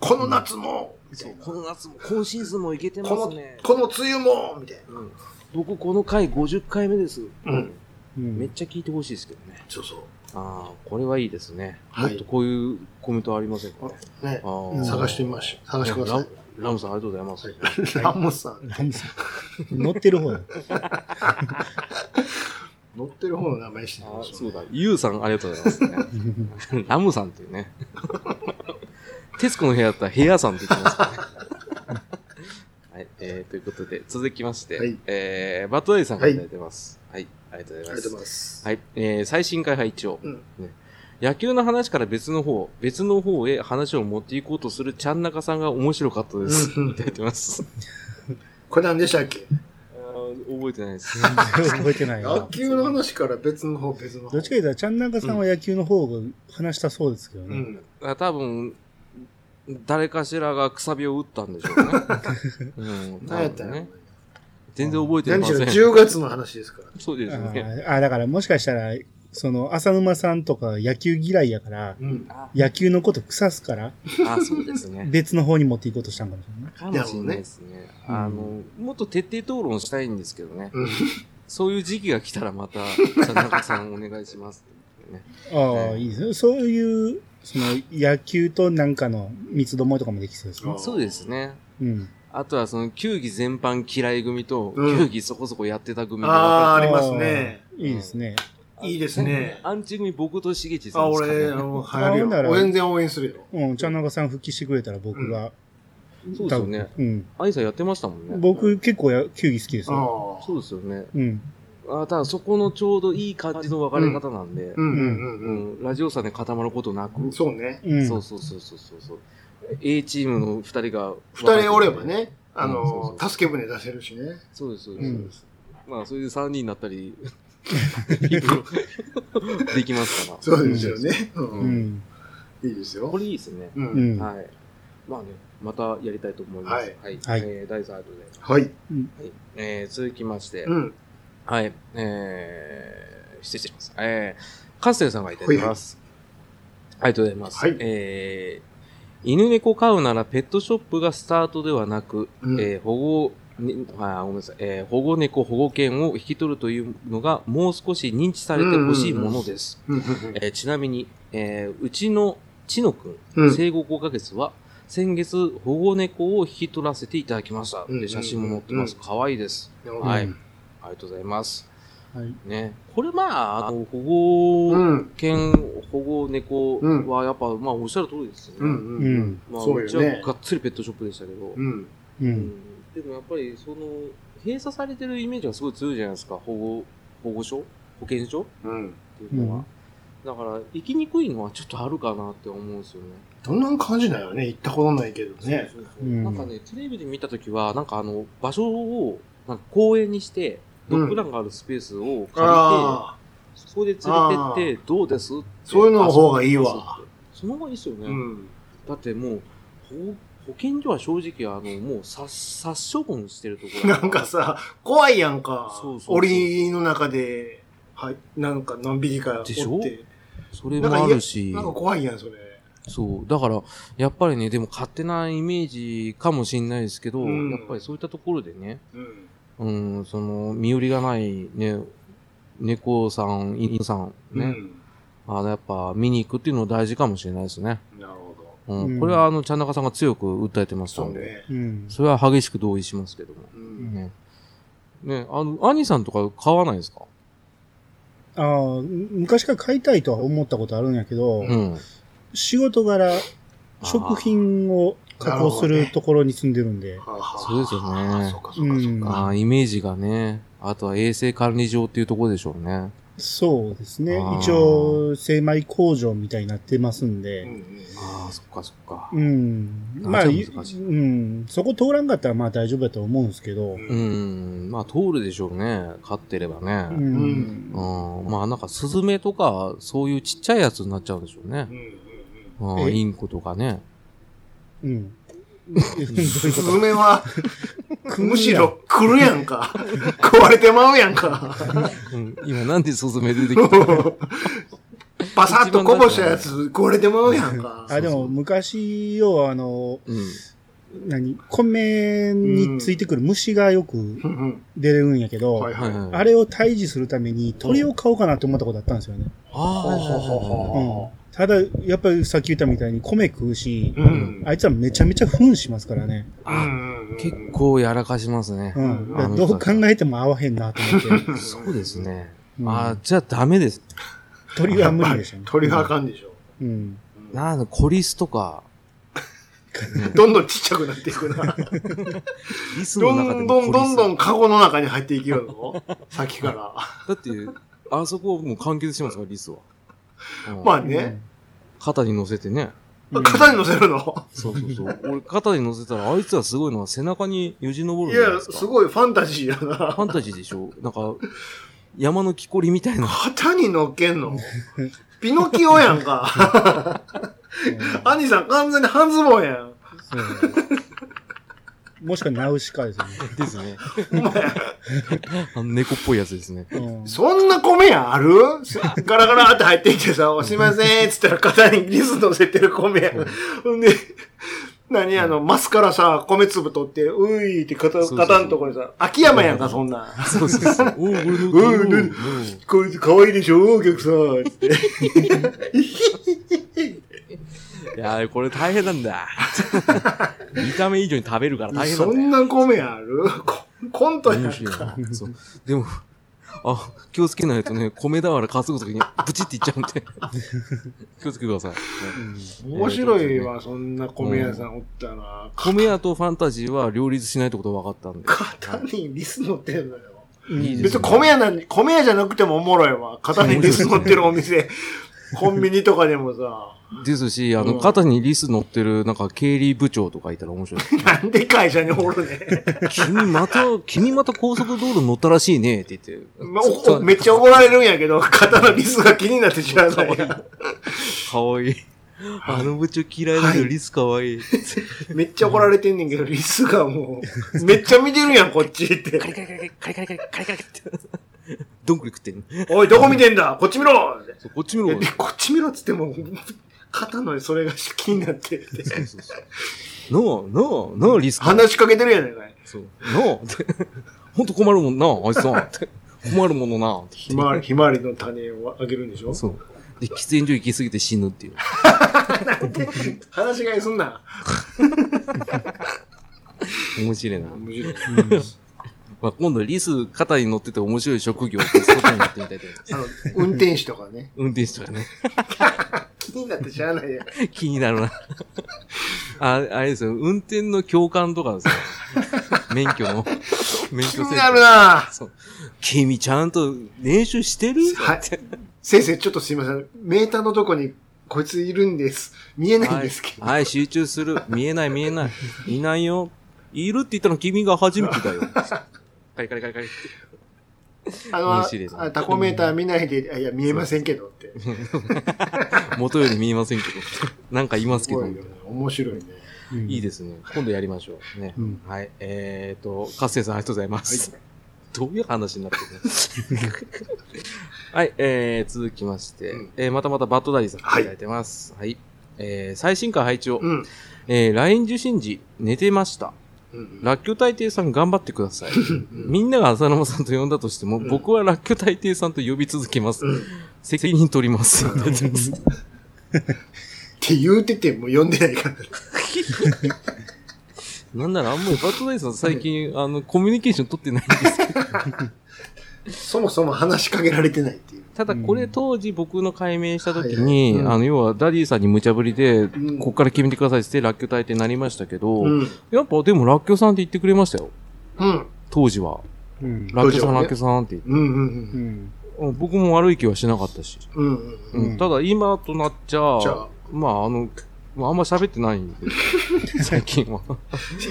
Speaker 2: この夏も、みた
Speaker 1: そう
Speaker 2: いな。
Speaker 1: こ
Speaker 2: こ
Speaker 1: の夏も、今シーズンもいけてますね
Speaker 2: の、。この梅雨も、みたい
Speaker 1: うん僕、この回50回目です。
Speaker 2: うん
Speaker 3: うん
Speaker 1: めっちゃ聞いてほしいですけどね。
Speaker 2: な。そうそう。
Speaker 1: ああ、これはいいですね。
Speaker 2: はい
Speaker 1: もっとこういうコメントありませんかね。
Speaker 2: ね
Speaker 1: あ、ー
Speaker 3: うん
Speaker 2: 探してみましょう。探してくだ
Speaker 1: ラ
Speaker 2: さ
Speaker 1: ムラムさんありがとうございます。
Speaker 2: い。ラモスさん。
Speaker 3: ラムさん。乗ってる方や。
Speaker 2: 乗ってる方の名前してみ
Speaker 1: あ
Speaker 2: ま
Speaker 1: ー
Speaker 2: しょ
Speaker 1: そうだ。ユウさんありがとうございます、ね。ラムさんっていうね。テスコの部屋だったら部屋さんって言ってますからね。はい、えー、ということで、続きまして、
Speaker 2: はい
Speaker 1: えー、バットダイさんからいただいてます。はい、ありがとうご
Speaker 2: う。
Speaker 1: ざ
Speaker 2: あ
Speaker 1: い
Speaker 2: り
Speaker 1: ます
Speaker 2: がとうござい。ます。
Speaker 1: はい、えー、最新回配置を、
Speaker 2: うん
Speaker 1: ね野球の話から別の方、別の方へ話を持っていこうとするちゃんなかさんが面白かったです。
Speaker 2: うんうん
Speaker 1: いただいてます。
Speaker 2: これ何でしたっけ
Speaker 1: あー覚えてないです。
Speaker 3: 覚えてないな。
Speaker 2: 野
Speaker 3: ど
Speaker 2: 球の話から別の方、別の方。
Speaker 3: っちか言ったら、ちゃんなかさんは野球の方が話したそうですけど
Speaker 2: う
Speaker 3: ね。
Speaker 2: ん。
Speaker 1: あ多分、誰かしらがくさびを打ったんでしょ うね。うん、
Speaker 2: 何やったん
Speaker 1: 多分
Speaker 2: やろ
Speaker 1: ね。全然覚えて
Speaker 2: 何
Speaker 1: ま
Speaker 2: しろ
Speaker 1: せん。
Speaker 2: 10月の話ですから。
Speaker 1: そうですね。
Speaker 3: ああ、だからもしかしたら、その、浅沼さんとか野球嫌いやから、
Speaker 2: うん。
Speaker 1: あ、
Speaker 3: 野球のこと腐すから、
Speaker 1: あそうです ね。
Speaker 3: 別の方に持っていこうとしたんかもしれない。
Speaker 1: かもしれないですね。
Speaker 3: うん
Speaker 1: あの、もっと徹底討論したいんですけどね。
Speaker 2: うん
Speaker 1: そういう時期が来たらまた、田中さんお願いします。ね、
Speaker 3: ああ、
Speaker 1: ね
Speaker 3: いいですね。そういう、その、野球となんかの三つどもえとかもできそうですね。
Speaker 1: そうですね。
Speaker 3: うん。
Speaker 1: あとはその球技全般嫌い組と、
Speaker 2: うん
Speaker 1: 球技そこそこやってた組が
Speaker 2: ああ、あ
Speaker 1: 分
Speaker 2: りますね。
Speaker 3: ああ。いいですね。
Speaker 1: かれて
Speaker 2: いいですね。
Speaker 1: アンチ組僕としげちさ
Speaker 2: あ、
Speaker 1: んしかね
Speaker 2: 俺、あの、流行る
Speaker 3: あほんなら
Speaker 2: よ。全然応援するよ。
Speaker 3: うん、ちゃんなかさん復帰してくれたら僕が、
Speaker 1: そうですよね。
Speaker 3: うん。
Speaker 1: アイさんやってましたもんね。
Speaker 3: 僕結構や球技好きです
Speaker 2: あ
Speaker 3: よ。
Speaker 2: あ。
Speaker 1: そうですよね。
Speaker 3: うん。
Speaker 1: ああ、ただそこのちょうどいい感じの分かれ方なんで
Speaker 2: う、んうん
Speaker 1: う
Speaker 2: うん
Speaker 1: ん、ラジオさんで固まることなく、
Speaker 2: うん。そうね。
Speaker 3: うん。
Speaker 1: そうそうそうそうそうそう。A チームの二人が。
Speaker 2: 二人おれば。ね、あ
Speaker 1: うんそう
Speaker 2: の
Speaker 1: そ、う
Speaker 2: 助け舟出せるしね。
Speaker 1: そうです、そう
Speaker 3: う
Speaker 1: です。
Speaker 3: ん
Speaker 1: まあ、それで三人になった り、 いろいろできますから。
Speaker 2: そうですよね。う
Speaker 3: うんん。
Speaker 2: いいです
Speaker 1: こ
Speaker 2: よ。
Speaker 1: れいいですね。
Speaker 2: う。
Speaker 3: うんん。
Speaker 1: はい。まあね、またやりたいと思います。はい。
Speaker 3: はい
Speaker 1: えー、第3ありがとうございます。
Speaker 2: は
Speaker 1: は
Speaker 2: い。
Speaker 1: い。えー、続きまして、
Speaker 2: うん。
Speaker 1: はい。えー、失礼します。えー、カステルさんがいただきます。ありがとうございます。
Speaker 2: はい
Speaker 1: えー、犬猫飼うならペットショップがスタートではなく、
Speaker 2: うん
Speaker 1: えー保護、にあーごめんなさい、えー保護猫保護犬を引き取るというのがもう少し認知されてほしいものです。
Speaker 2: うん
Speaker 1: えーちなみに、えーうちのちのくん、
Speaker 2: うん
Speaker 1: 生後5ヶ月は、先月保護猫を引き取らせていただきました。
Speaker 2: うんうんうん
Speaker 1: で写真も載ってます。可愛いです。
Speaker 2: うん
Speaker 1: はい。
Speaker 3: うん
Speaker 1: ありがとうございます。
Speaker 3: はい。
Speaker 1: ね。これまあ、あの、保
Speaker 2: う
Speaker 1: 護
Speaker 2: ん。
Speaker 1: 犬、保護猫はやっぱ、まあおっしゃる通りですよね。
Speaker 2: うん
Speaker 3: う
Speaker 2: うん。
Speaker 3: ん。
Speaker 1: まあ、
Speaker 2: そうよね
Speaker 1: うちはがっつりペットショップでしたけど。
Speaker 2: うん。
Speaker 3: う。
Speaker 1: うんんでもやっぱりその閉鎖されてるイメージがすごい強いじゃないですか保護保護所保健所っ
Speaker 2: うん。
Speaker 1: ていうのは、だから行きにくいのはちょっとあるかなって思うんですよね
Speaker 2: どんな感じだよね。行ったことないけどね。
Speaker 1: そうそうそう
Speaker 3: うん
Speaker 1: なんかねテレビで見た時はなんかあの場所をなんか公園にしてドッグランがあるスペースを借りて、
Speaker 2: ああ。
Speaker 1: そこで連れてってどうですって
Speaker 2: そういうのの方がいい
Speaker 1: あ
Speaker 2: わ
Speaker 1: そうですってその方がいいですよね、
Speaker 2: うん。
Speaker 1: だってもう保保健所は正直あのもう殺殺処分してるところだ
Speaker 2: なんかさ、怖いやんか
Speaker 1: そうそう。そう
Speaker 2: 檻の中で、はい、なんか何匹か
Speaker 1: でし
Speaker 2: お
Speaker 1: ょ
Speaker 2: って。
Speaker 1: それもあるし
Speaker 2: なんか怖いやん、それ。
Speaker 1: そう。だから、やっぱりね、でも勝手なイメージかもしれないですけど、
Speaker 2: うん
Speaker 1: やっぱりそういったところでね、
Speaker 2: うん。
Speaker 1: うん、その、身寄りがないね、猫さん、犬さん、
Speaker 2: う
Speaker 1: ね、
Speaker 2: ん。
Speaker 1: あの、やっぱ見に行くっていうの大事かもしれないですね。
Speaker 2: なるほど。
Speaker 1: うん。
Speaker 3: うん
Speaker 1: これは、あの、ちゃんなかさんが強く訴えてました
Speaker 2: そうん
Speaker 1: で、
Speaker 2: ね。
Speaker 3: うん。
Speaker 1: それは激しく同意しますけども。
Speaker 2: う
Speaker 3: うん
Speaker 2: ん。
Speaker 1: ね。ね、あの、兄さんとか買わないですか
Speaker 3: ああ、昔から買いたいとは思ったことあるんやけど、
Speaker 1: うん。
Speaker 3: 仕事柄、食品を加工するところに住んでるんで、
Speaker 2: はあはあ
Speaker 1: そうですよね
Speaker 2: そうか、そうか、そう
Speaker 1: あ
Speaker 2: か。
Speaker 1: あ、イメージがね、あとは衛生管理上っていうところでしょうね。
Speaker 3: そうですね
Speaker 1: あ。ー
Speaker 3: 一応、精米工場みたいになってますん
Speaker 2: うんう
Speaker 3: で、
Speaker 2: ん
Speaker 1: ああ、そっかそっか。
Speaker 3: うん。まあ、
Speaker 1: あ
Speaker 3: う
Speaker 1: じゃあ難しい
Speaker 3: ん。そこ通らんかったらまあ大丈夫だと思うんですけど、
Speaker 1: う。ん、まあ通るでしょうね。飼ってれば
Speaker 3: う
Speaker 1: ね。
Speaker 2: うん。うん
Speaker 3: ん。
Speaker 1: うん、まあなんかスズメとか、そういうちっちゃいやつになっちゃうんでしょうね
Speaker 2: う。ん
Speaker 1: うん、
Speaker 3: え
Speaker 1: インコとかね。
Speaker 3: うん。
Speaker 2: うん。スズメは、
Speaker 3: 食うやん
Speaker 2: むし ろ来るやんか。食われてまうやん か。
Speaker 1: うん、今なんでスズメ出て きた
Speaker 2: バサッとこぼしたやつ食われてまうやんか。
Speaker 3: あ、でも昔、要はあの、
Speaker 1: うん。
Speaker 3: 何米についてくる虫がよく
Speaker 2: うんうん
Speaker 3: 出れるんやけど、
Speaker 2: はいはい。は
Speaker 3: あれを退治するために鳥を飼おうかなって思ったことあったんですよね。
Speaker 2: あ
Speaker 1: ああ。
Speaker 3: うんただ、やっぱりさっき言ったみたいに米食うし、
Speaker 2: うん
Speaker 3: あいつはめちゃめちゃ糞しますからね。
Speaker 2: うんうんうん
Speaker 1: 結構やらかしますね
Speaker 3: う。ん。だから
Speaker 1: あの
Speaker 3: ど
Speaker 1: 人
Speaker 3: う考えても合わへんなと思って。
Speaker 1: そうですね。
Speaker 3: うん
Speaker 1: ああ、じゃあダメです。
Speaker 3: 鳥は無理で したね。
Speaker 2: 鳥はあかんでしょ。
Speaker 3: うん。
Speaker 1: なんだ、コリスとか、
Speaker 2: どんどんちっちゃくなっていくな。
Speaker 1: リス
Speaker 2: ど
Speaker 1: の中で
Speaker 2: ん
Speaker 1: も
Speaker 2: ど
Speaker 1: コリス。
Speaker 2: んどんどんカゴの中に入っていきよる のさっきから。
Speaker 1: だって、あそこもう完結してますから、リスは。うん
Speaker 2: まあね。
Speaker 1: 肩に乗せてね。
Speaker 3: うん。
Speaker 2: 肩に乗せるの
Speaker 1: そうそう そう。俺、肩に乗せたら、あいつはすごいのは背中によじ登
Speaker 2: い
Speaker 1: るんじゃない
Speaker 2: や、
Speaker 1: ですか。
Speaker 2: すごいファンタジーやな
Speaker 1: フ。ァンタジーでしょなんか、山の木こりみたい な。
Speaker 2: 肩に乗っけんのピノキオやんか。
Speaker 3: うん
Speaker 2: 兄さん完全に半ズボンやん。
Speaker 3: そうもしくはナウシカですよね。
Speaker 1: ですね。あの猫っぽいやつですね。
Speaker 3: うん
Speaker 2: そんな米屋あるガラガラって入っていってさ、おしませんっつったら肩にリス乗せてる米屋。ほんで、何あの、マスからさ、米粒取って、ういって肩、
Speaker 1: そうそう
Speaker 2: 肩のところにさ、秋山やんか、そんなん。
Speaker 1: そうそうそう。 おう、俺の手
Speaker 2: おう俺の
Speaker 1: を
Speaker 2: こいつ可愛いでしょ、お客さん。つって。
Speaker 1: いやー、これ大変なん だ。見た目以上に食べるから大変な
Speaker 2: そ
Speaker 1: んだよ
Speaker 2: ん。な米屋ある ココントやんか。
Speaker 1: 面白いなそう。でも、あ、気をつけないとね、米俵担ぐときにブチっていっちゃうんで。 気をつけてください。
Speaker 2: 面白いわ、そんな米屋さんおったら。
Speaker 1: 米屋とファンタジーは両立しないってこと分かったんで。
Speaker 2: 肩にリス乗ってんのよ。
Speaker 3: うん
Speaker 1: いいです
Speaker 2: 別に米屋なんに、米屋じゃなくてもおもろいわ。肩にリス乗ってるお店。コンビニとかでもさ、
Speaker 1: ですし、あ
Speaker 2: う
Speaker 1: の、
Speaker 2: ん
Speaker 1: 肩にリス乗ってる、なんか、経理部長とかいたら面白い。
Speaker 2: なんで会社におるね。
Speaker 1: 君また、君また高速道路乗ったらしいね、って言って。
Speaker 2: まあおおめっちゃ怒られるんやけど、肩のリスが気になって知らないやん。
Speaker 1: かわいい。あの部長嫌いだけど、リスかわいい。
Speaker 2: めっちゃ怒られてんねんけど、リスがもう、めっちゃ見てるやん、こっちって
Speaker 1: カ。リカリカリカリカリカリカリカリカリって。どんくり食ってんの
Speaker 2: おい、どこ見てんだこっち見ろ
Speaker 1: そうこっち見
Speaker 2: い
Speaker 1: ろ
Speaker 2: や。でこっち見ろっつっても、肩のそれが気になってて。
Speaker 1: そうそうそう。なあ、なあ、なあ、リスか。
Speaker 2: 話しかけてるやないかい。
Speaker 1: そう。なあ、って。ほんと困るもんな、あいつは。って困るものな、って
Speaker 2: ひまわ り、ひまわりの種をあげるんでしょ
Speaker 1: そう。で、喫煙所行き過ぎて死ぬっていう。
Speaker 2: 話しがいすんな。
Speaker 1: 面白いな。
Speaker 2: 面白い
Speaker 1: まあ、今度、リス肩に乗ってて面白い職業って外になってみたいと思います。
Speaker 2: あの、運転手とかね。
Speaker 1: 運転手とかね。
Speaker 2: 気になってしゃあないやん。
Speaker 1: 気になるな。 あ、あれですよ。運転の教官とかですよ。 免許 の。免
Speaker 2: 気
Speaker 1: 許
Speaker 2: に
Speaker 1: 制
Speaker 2: な
Speaker 1: 度。
Speaker 2: るな
Speaker 1: そう。君ちゃんと練習してる
Speaker 2: はい
Speaker 1: って
Speaker 2: 先生、ちょっとすいません。メーターのとこに、こいついるんです。見えないんですけど。
Speaker 1: はい、集中する。見えない見えない。いないよ。いるって言ったの君が初めてだ よ。カリカリカリカリ。
Speaker 2: あ
Speaker 1: 面白いです
Speaker 2: の
Speaker 1: ね
Speaker 2: あ、タコメーター見ないで、あいや、見えませんけどって。
Speaker 1: 元より見えませんけど。なんかいます
Speaker 2: す
Speaker 1: けど
Speaker 2: ご。いよね。面白いね。
Speaker 3: うん
Speaker 1: いいですね。今度やりましょう。ね。
Speaker 3: うん
Speaker 1: はい。えっ、ー、と、カッセンさんありがとうございます。どういう話になってるの はい、えー、続きまして、
Speaker 2: うん
Speaker 1: えー、またまたバットダディさんいただいてます。はい。えー、最新回配置を、
Speaker 2: うん。
Speaker 1: えー、LINE 受信時、寝てました。
Speaker 2: うん
Speaker 1: ラッキョ大帝さん頑張ってください。みんなが浅沼さんと呼んだとしても、
Speaker 2: ん
Speaker 1: 僕はラッキョ大帝さんと呼び続けます。
Speaker 2: うん。っ
Speaker 1: 責任取ります。 いただいてます
Speaker 2: て言うてても読んでないから。
Speaker 1: なんならあんまりバットダディさん最近、あの、コミュニケーション取ってないんです
Speaker 2: そもそも話しかけられてないっていう。
Speaker 1: ただこれ当時僕の解明した時に、
Speaker 2: はいはいうん
Speaker 1: あの、要はダディさんに無茶ぶりで、
Speaker 2: ん
Speaker 1: こっから決めてくださいって、ラッキョ大帝になりましたけど、
Speaker 2: うん。
Speaker 1: やっぱでもラッキョさんって言ってくれましたよ。
Speaker 2: うん。
Speaker 1: 当時は。
Speaker 3: うん。
Speaker 1: ラッキョさん、
Speaker 2: 当時は
Speaker 1: ラ
Speaker 2: ね
Speaker 1: ッキョさんって言って
Speaker 2: うんうん
Speaker 3: う
Speaker 2: うん。
Speaker 3: ん。
Speaker 1: うん僕も悪い気はしなかったし。
Speaker 2: うんうんうん。
Speaker 3: うん
Speaker 1: うんただ今となっちゃ、
Speaker 2: じゃあ
Speaker 1: まああの、まああんま喋ってないん で、最近は。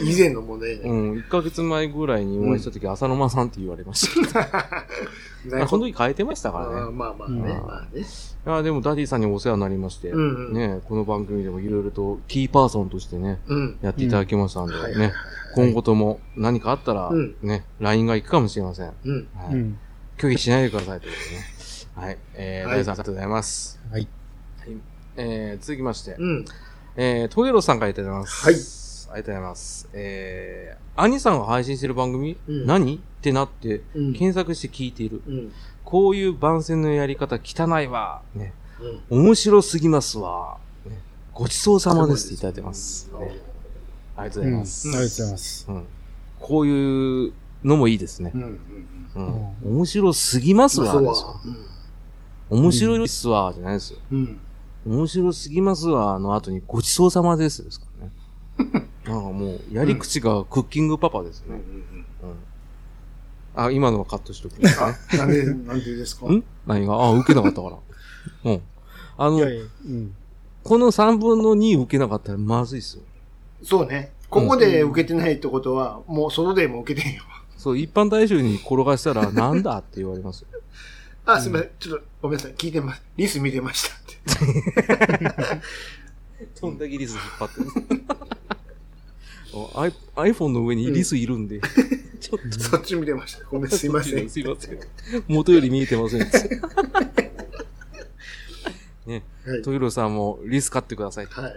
Speaker 2: 以前の問題じゃ
Speaker 1: う
Speaker 2: ない。
Speaker 1: ん、1ヶ月前ぐらいにお会いした時、浅沼さんって言われました。
Speaker 2: なる
Speaker 1: そ
Speaker 2: ほど
Speaker 1: の時変えてましたからね。
Speaker 2: あーまあまあね。
Speaker 3: うん
Speaker 2: まあね。
Speaker 1: いや、でもダディさんにお世話になりまして、
Speaker 2: うんうん
Speaker 1: ね、この番組でもいろいろとキーパーソンとしてね、
Speaker 2: うん。
Speaker 1: やっていただきましたんで、
Speaker 2: はい
Speaker 1: ね、今後とも何かあったら、
Speaker 2: うん
Speaker 1: ね、LINE が行くかもしれません。
Speaker 2: うん。
Speaker 1: はい
Speaker 3: うん。
Speaker 1: 拒否しないでくださいということでね。はい。えー、
Speaker 2: は
Speaker 1: ダ
Speaker 2: い
Speaker 1: ディさんありがとうございます。
Speaker 3: はい。
Speaker 1: はいえー、続きまして、
Speaker 2: うん。
Speaker 1: えー、トゲロスさんからいただいてます。ます。ありがとうございます。えー、兄さんが配信してる番組、
Speaker 2: うん
Speaker 1: 何ってなって、
Speaker 2: うん
Speaker 1: 検索して聞いている。
Speaker 2: うん。
Speaker 1: こういう番宣のやり方汚いわ。ね。
Speaker 2: うん。
Speaker 1: 面白すぎますわ。ね、ごちそうさまですっていただいてます。
Speaker 2: うん
Speaker 1: ねありがと
Speaker 3: う
Speaker 1: うんご
Speaker 3: あ
Speaker 1: ざ
Speaker 3: り
Speaker 1: い
Speaker 3: がとうご
Speaker 1: ます。
Speaker 3: ざいます。
Speaker 1: うんこういうのもいいですね
Speaker 2: う。んうん。
Speaker 1: う
Speaker 3: うん
Speaker 1: ん。面白すぎますわ。ですよ面白いですわ、じゃないですよ。
Speaker 2: うん。
Speaker 1: 面白すぎますわ、の後にごちそうさまですですからね。なんかもう、やり口がクッキングパパです
Speaker 2: うんう
Speaker 1: ね。
Speaker 2: ん。
Speaker 1: うん。あ、今のはカットしとくんですね。
Speaker 2: なんで、なんでですか
Speaker 1: ん何があ、受けなかったから。うん。あ
Speaker 3: いや
Speaker 1: の、
Speaker 3: いや、うん。
Speaker 1: この3分の2受けなかったらまずいっすよ。
Speaker 2: そうね。ここで受けてないってことは、もう外でも受けてんよ。
Speaker 1: そう、一般大衆に転がしたら、なんだって言われますよ。
Speaker 2: あ、すみません。ちょっと、ごめんなさい。聞いてます。リス見てましたって。
Speaker 1: どんだけリス引っ張ってる お i- iPhone の上にリスいるんで、ちょっと。
Speaker 2: そっち見てました。ごめん、すいませ ん。
Speaker 1: すいません。元より見えてません。ね、
Speaker 2: はい
Speaker 1: トイロさんもリス買ってください。
Speaker 2: はい。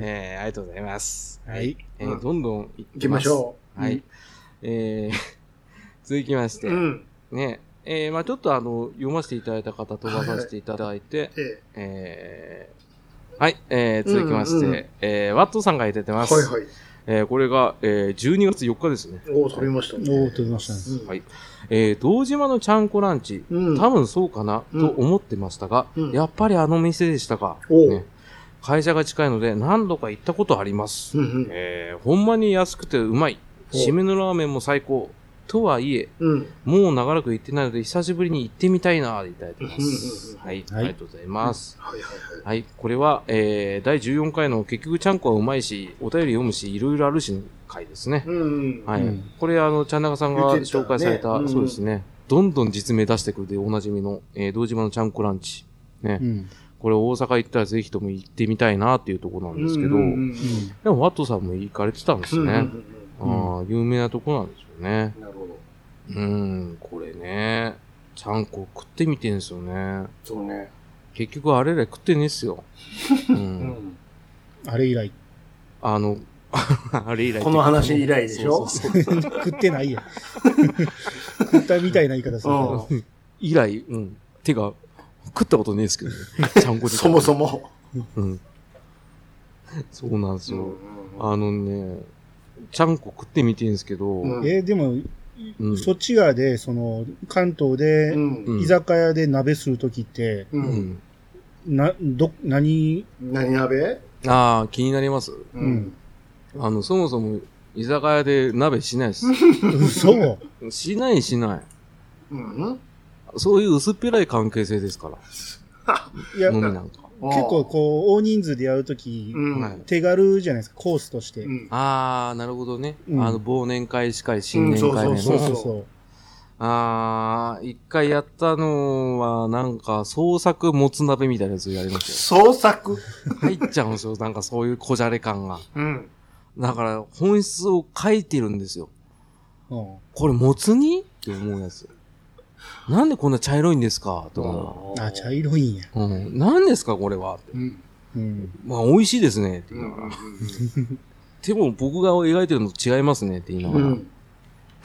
Speaker 1: えー、ありがとうございます。
Speaker 3: はい。
Speaker 1: えー
Speaker 2: うん
Speaker 1: どんどん行
Speaker 2: 行きましょう。
Speaker 1: はい。。えー、 続きまして、
Speaker 2: うん。
Speaker 1: ね、えー、まあちょっとあの、読ませていただいた方飛ばさせていただいて、
Speaker 2: え
Speaker 1: えーはい、えー、続きまして、
Speaker 2: うんうん
Speaker 1: えー、ワットさんがいただいて
Speaker 2: え。
Speaker 1: ま
Speaker 2: はい
Speaker 1: す。
Speaker 2: はい。
Speaker 1: えー、これが、えー、12月4日ですね。
Speaker 2: おお、飛びましたね。
Speaker 3: おお、飛びましたね。
Speaker 2: うん
Speaker 1: はいえー、堂島のちゃんこランチ、
Speaker 2: うん。
Speaker 1: 多分そうかな、
Speaker 2: うん
Speaker 1: と思ってましたが、
Speaker 2: うん
Speaker 1: やっぱりあの店でしたか、
Speaker 2: おう
Speaker 1: ね会社が近いので何度か行ったことあります。
Speaker 2: うんうん。
Speaker 1: えーほんまに安くてうまい。
Speaker 2: お
Speaker 1: 締めのラーメンも最高。とはいえ、
Speaker 2: うん。
Speaker 1: もう長らく行ってないので、久しぶりに行ってみたいな、いただいてま
Speaker 2: うんうん
Speaker 1: す。
Speaker 2: うん
Speaker 1: はい、
Speaker 3: はい
Speaker 1: ありがとうございます。
Speaker 2: はいはいはい。
Speaker 1: はい、これは、えー、第14回の結局ちゃんこはうまいし、お便り読むし、いろいろあるしの回ですね。
Speaker 2: うん。
Speaker 1: はい。
Speaker 3: うん
Speaker 1: これ、あの、ちゃんなかさんが
Speaker 2: 言ってたね
Speaker 1: 紹介された、
Speaker 2: うんうん
Speaker 1: そうですね。どんどん実名出してくるで、おなじみの、えー、道島のちゃんこランチ。ね。
Speaker 3: うん。
Speaker 1: これ、大阪行ったらぜひとも行ってみたいなっていうところなんですけど、
Speaker 2: うんうん
Speaker 3: うん。
Speaker 1: でも、ワットさんも行かれてたんで
Speaker 2: う
Speaker 1: す
Speaker 2: んうんうん
Speaker 1: ね。
Speaker 3: うんうん
Speaker 1: ああ、有名なとこなんでしょうね。
Speaker 2: なるほど。
Speaker 1: うん、これね。ちゃんこ食ってみてんすよね。
Speaker 2: そうね。
Speaker 1: 結局、あれら食ってねえっすよ。う。
Speaker 2: うんん。
Speaker 3: あれ以来。
Speaker 1: あの、 あれ以来。
Speaker 2: この話以来でしょ
Speaker 1: そうそうそう
Speaker 3: 食ってないやん。食ったみたいな言い方するから。
Speaker 2: うん
Speaker 1: 以来、うん。てか、食ったことねえですけ どね。ちゃんこで。
Speaker 2: そもそも。
Speaker 1: うん。そうなんですよ。
Speaker 2: うん
Speaker 1: あのね、ちゃんこ食ってみてんすけど、
Speaker 2: うん
Speaker 3: えーでも、
Speaker 1: うん
Speaker 3: そっち側で、その、関東で、
Speaker 2: うん。
Speaker 1: ん
Speaker 3: 居酒屋で鍋するときって、
Speaker 1: う
Speaker 2: う。
Speaker 1: んん。
Speaker 3: な、ど、何、。
Speaker 2: 何鍋
Speaker 1: ああ、気になります。
Speaker 2: うん
Speaker 1: あの、そもそも、居酒屋で鍋しないです。
Speaker 3: 嘘
Speaker 1: しないしない。
Speaker 2: うん。
Speaker 1: そういう薄っぺらい関係性ですから。
Speaker 3: いや、
Speaker 1: 飲み
Speaker 3: 結
Speaker 1: なんか。
Speaker 3: 構こう、大人数でやるとき、
Speaker 2: うん。
Speaker 1: はい
Speaker 3: 手軽じゃないですか、コースとして。
Speaker 2: う
Speaker 3: うん
Speaker 2: ん。
Speaker 1: ああ、なるほどね。
Speaker 3: うん
Speaker 1: あの、忘年会司会、新年会
Speaker 2: う
Speaker 1: 目
Speaker 2: んそう
Speaker 3: そう
Speaker 1: の。
Speaker 3: そうそ
Speaker 1: ああ、一回やったのは、なんか、創作もつ鍋みたいなやつやりまし
Speaker 2: 創作。
Speaker 1: たよ。入っちゃうんですよ。なんかそういうこじゃれ感が。
Speaker 2: うん。
Speaker 1: だから、本質を書いてるんですよ。
Speaker 3: う。うん
Speaker 1: これ、もつにって思うやつ。なんでこんな茶色いんですかとか。
Speaker 3: あ、茶色いんや。
Speaker 1: うん。何ですかこれは。
Speaker 2: うん。
Speaker 3: うん。
Speaker 1: まあ、美味しいですね。って
Speaker 2: う
Speaker 1: 言いながら
Speaker 2: ん。
Speaker 1: でも僕が描いてるのと違いますねって言いなが
Speaker 2: う
Speaker 1: ら。だ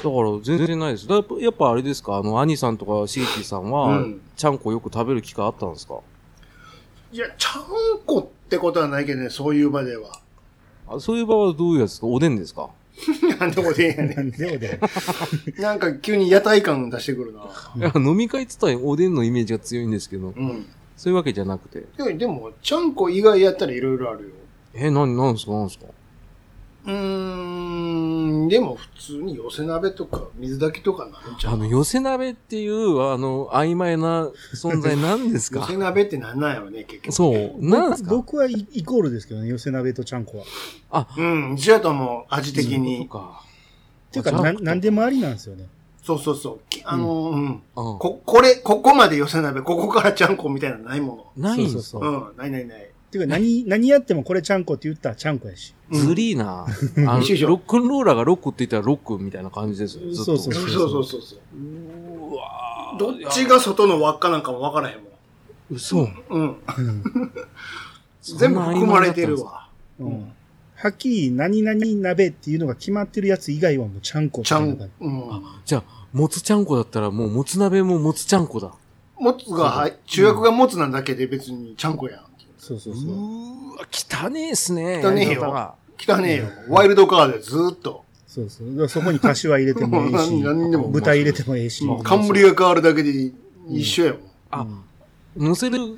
Speaker 1: か
Speaker 2: ん。
Speaker 1: ら全然ないです。だやっぱあれですかあの、兄さんとかシーキーさんは、
Speaker 2: うん
Speaker 1: ちゃんこよく食べる機会あったんですか
Speaker 2: いや、ちゃんこってことはないけどね、そういう場では。
Speaker 1: あそういう場合はどういうやつですかおでんですか
Speaker 2: なんでもでえんやね
Speaker 3: なんでおでん。
Speaker 2: なんか急に屋台感出してくるな。
Speaker 1: いや飲み会って言ったらおでんのイメージが強いんですけど、
Speaker 2: うん。
Speaker 1: そういうわけじゃなくて。
Speaker 2: いやでも、ちゃんこ以外やったらいろいろあるよ。
Speaker 1: え、なに、なんですかなんですか
Speaker 2: うーん、でも普通に寄せ鍋とか水炊きとかなんちゃ
Speaker 1: あ
Speaker 2: う
Speaker 1: の、
Speaker 2: の
Speaker 1: 寄せ鍋っていう、あの、曖昧な存在なんです
Speaker 2: 寄
Speaker 1: か
Speaker 2: せ鍋ってなんなんやろね、結局。
Speaker 1: そう。なんですか
Speaker 3: 僕はイイコールですけどね、寄せ鍋とちゃんこは。っ
Speaker 2: う。うん、じゃあともう味的
Speaker 1: そう
Speaker 2: に。
Speaker 1: か。
Speaker 3: ていうか、ななんでもありなんですよね。
Speaker 2: そうそうそう。きあの、うん、
Speaker 1: うん
Speaker 2: こ、これ、ここまで寄せ鍋、ここからちゃんこみたいなのないも
Speaker 1: ないん
Speaker 3: そ
Speaker 1: で
Speaker 3: うそう
Speaker 1: す
Speaker 3: そ
Speaker 1: か
Speaker 2: の。うん、ないないない。
Speaker 3: っていうか、何、何やってもこれちゃんこって言ったらちゃんこやし。
Speaker 2: うん
Speaker 1: ずりーな。あの、ロ
Speaker 2: 一緒一緒
Speaker 1: ックンローラーがロックって言ったらロックみたいな感じですよね。ずっと
Speaker 3: そう
Speaker 2: そう
Speaker 3: そう
Speaker 2: そうそうそう。
Speaker 1: うわー
Speaker 2: どっちが外の輪っかなんかもわからへんも
Speaker 1: 嘘。
Speaker 2: ん。うん。
Speaker 3: うん。
Speaker 2: 全部含まれてるわ。
Speaker 3: うん。はっきり何々鍋っていうのが決まってるやつ以外はもうちゃんこって
Speaker 2: ちゃ
Speaker 3: いうんのが。
Speaker 2: うん。
Speaker 1: じゃあ、もつちゃんこだったらもうもつ鍋ももつちゃんこだ。
Speaker 2: もつが、はい、主役がもつなんだけで別にちゃんこやん。
Speaker 3: そうそううそう。
Speaker 1: ーわ、汚ねえっすね。
Speaker 2: 汚ねえよ
Speaker 1: やり方が
Speaker 2: 汚ねえよ。ワイルドカードでずーっと。
Speaker 3: そうそう。だからそこに柏入れてもええし、
Speaker 2: 何 でも
Speaker 3: 豚入れてもええし。
Speaker 2: もう冠が変わるだけで一緒やもん。
Speaker 1: あ、乗せる面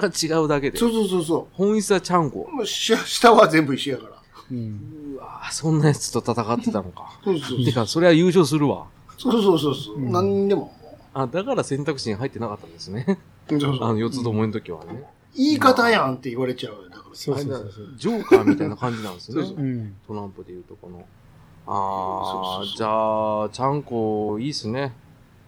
Speaker 1: が違うだけで
Speaker 2: そ。うそうそうそ
Speaker 1: 本質はちゃんこ
Speaker 2: う。。もうし下は全部一緒やから。
Speaker 3: うん。
Speaker 1: うわそんなやつと戦ってたの か。
Speaker 2: そうそう
Speaker 1: てか、それは優勝するわ。
Speaker 2: そうそうそうそう。
Speaker 3: うん
Speaker 2: 何でも。
Speaker 1: あ、だから選択肢に入ってなかったんですね。
Speaker 2: そうそう
Speaker 1: あの、四つどもえの時はね。
Speaker 2: 言い方やんって言われちゃうよ。だから。
Speaker 3: そうそうそうそう。
Speaker 1: ジョーカーみたいな感じなんです
Speaker 2: そうそ
Speaker 1: ね
Speaker 2: う。
Speaker 3: うん。
Speaker 1: トランプでいうとこの。あ
Speaker 2: そうそう
Speaker 1: あ、
Speaker 2: そう
Speaker 1: じゃあ、ちゃんこいいっすね。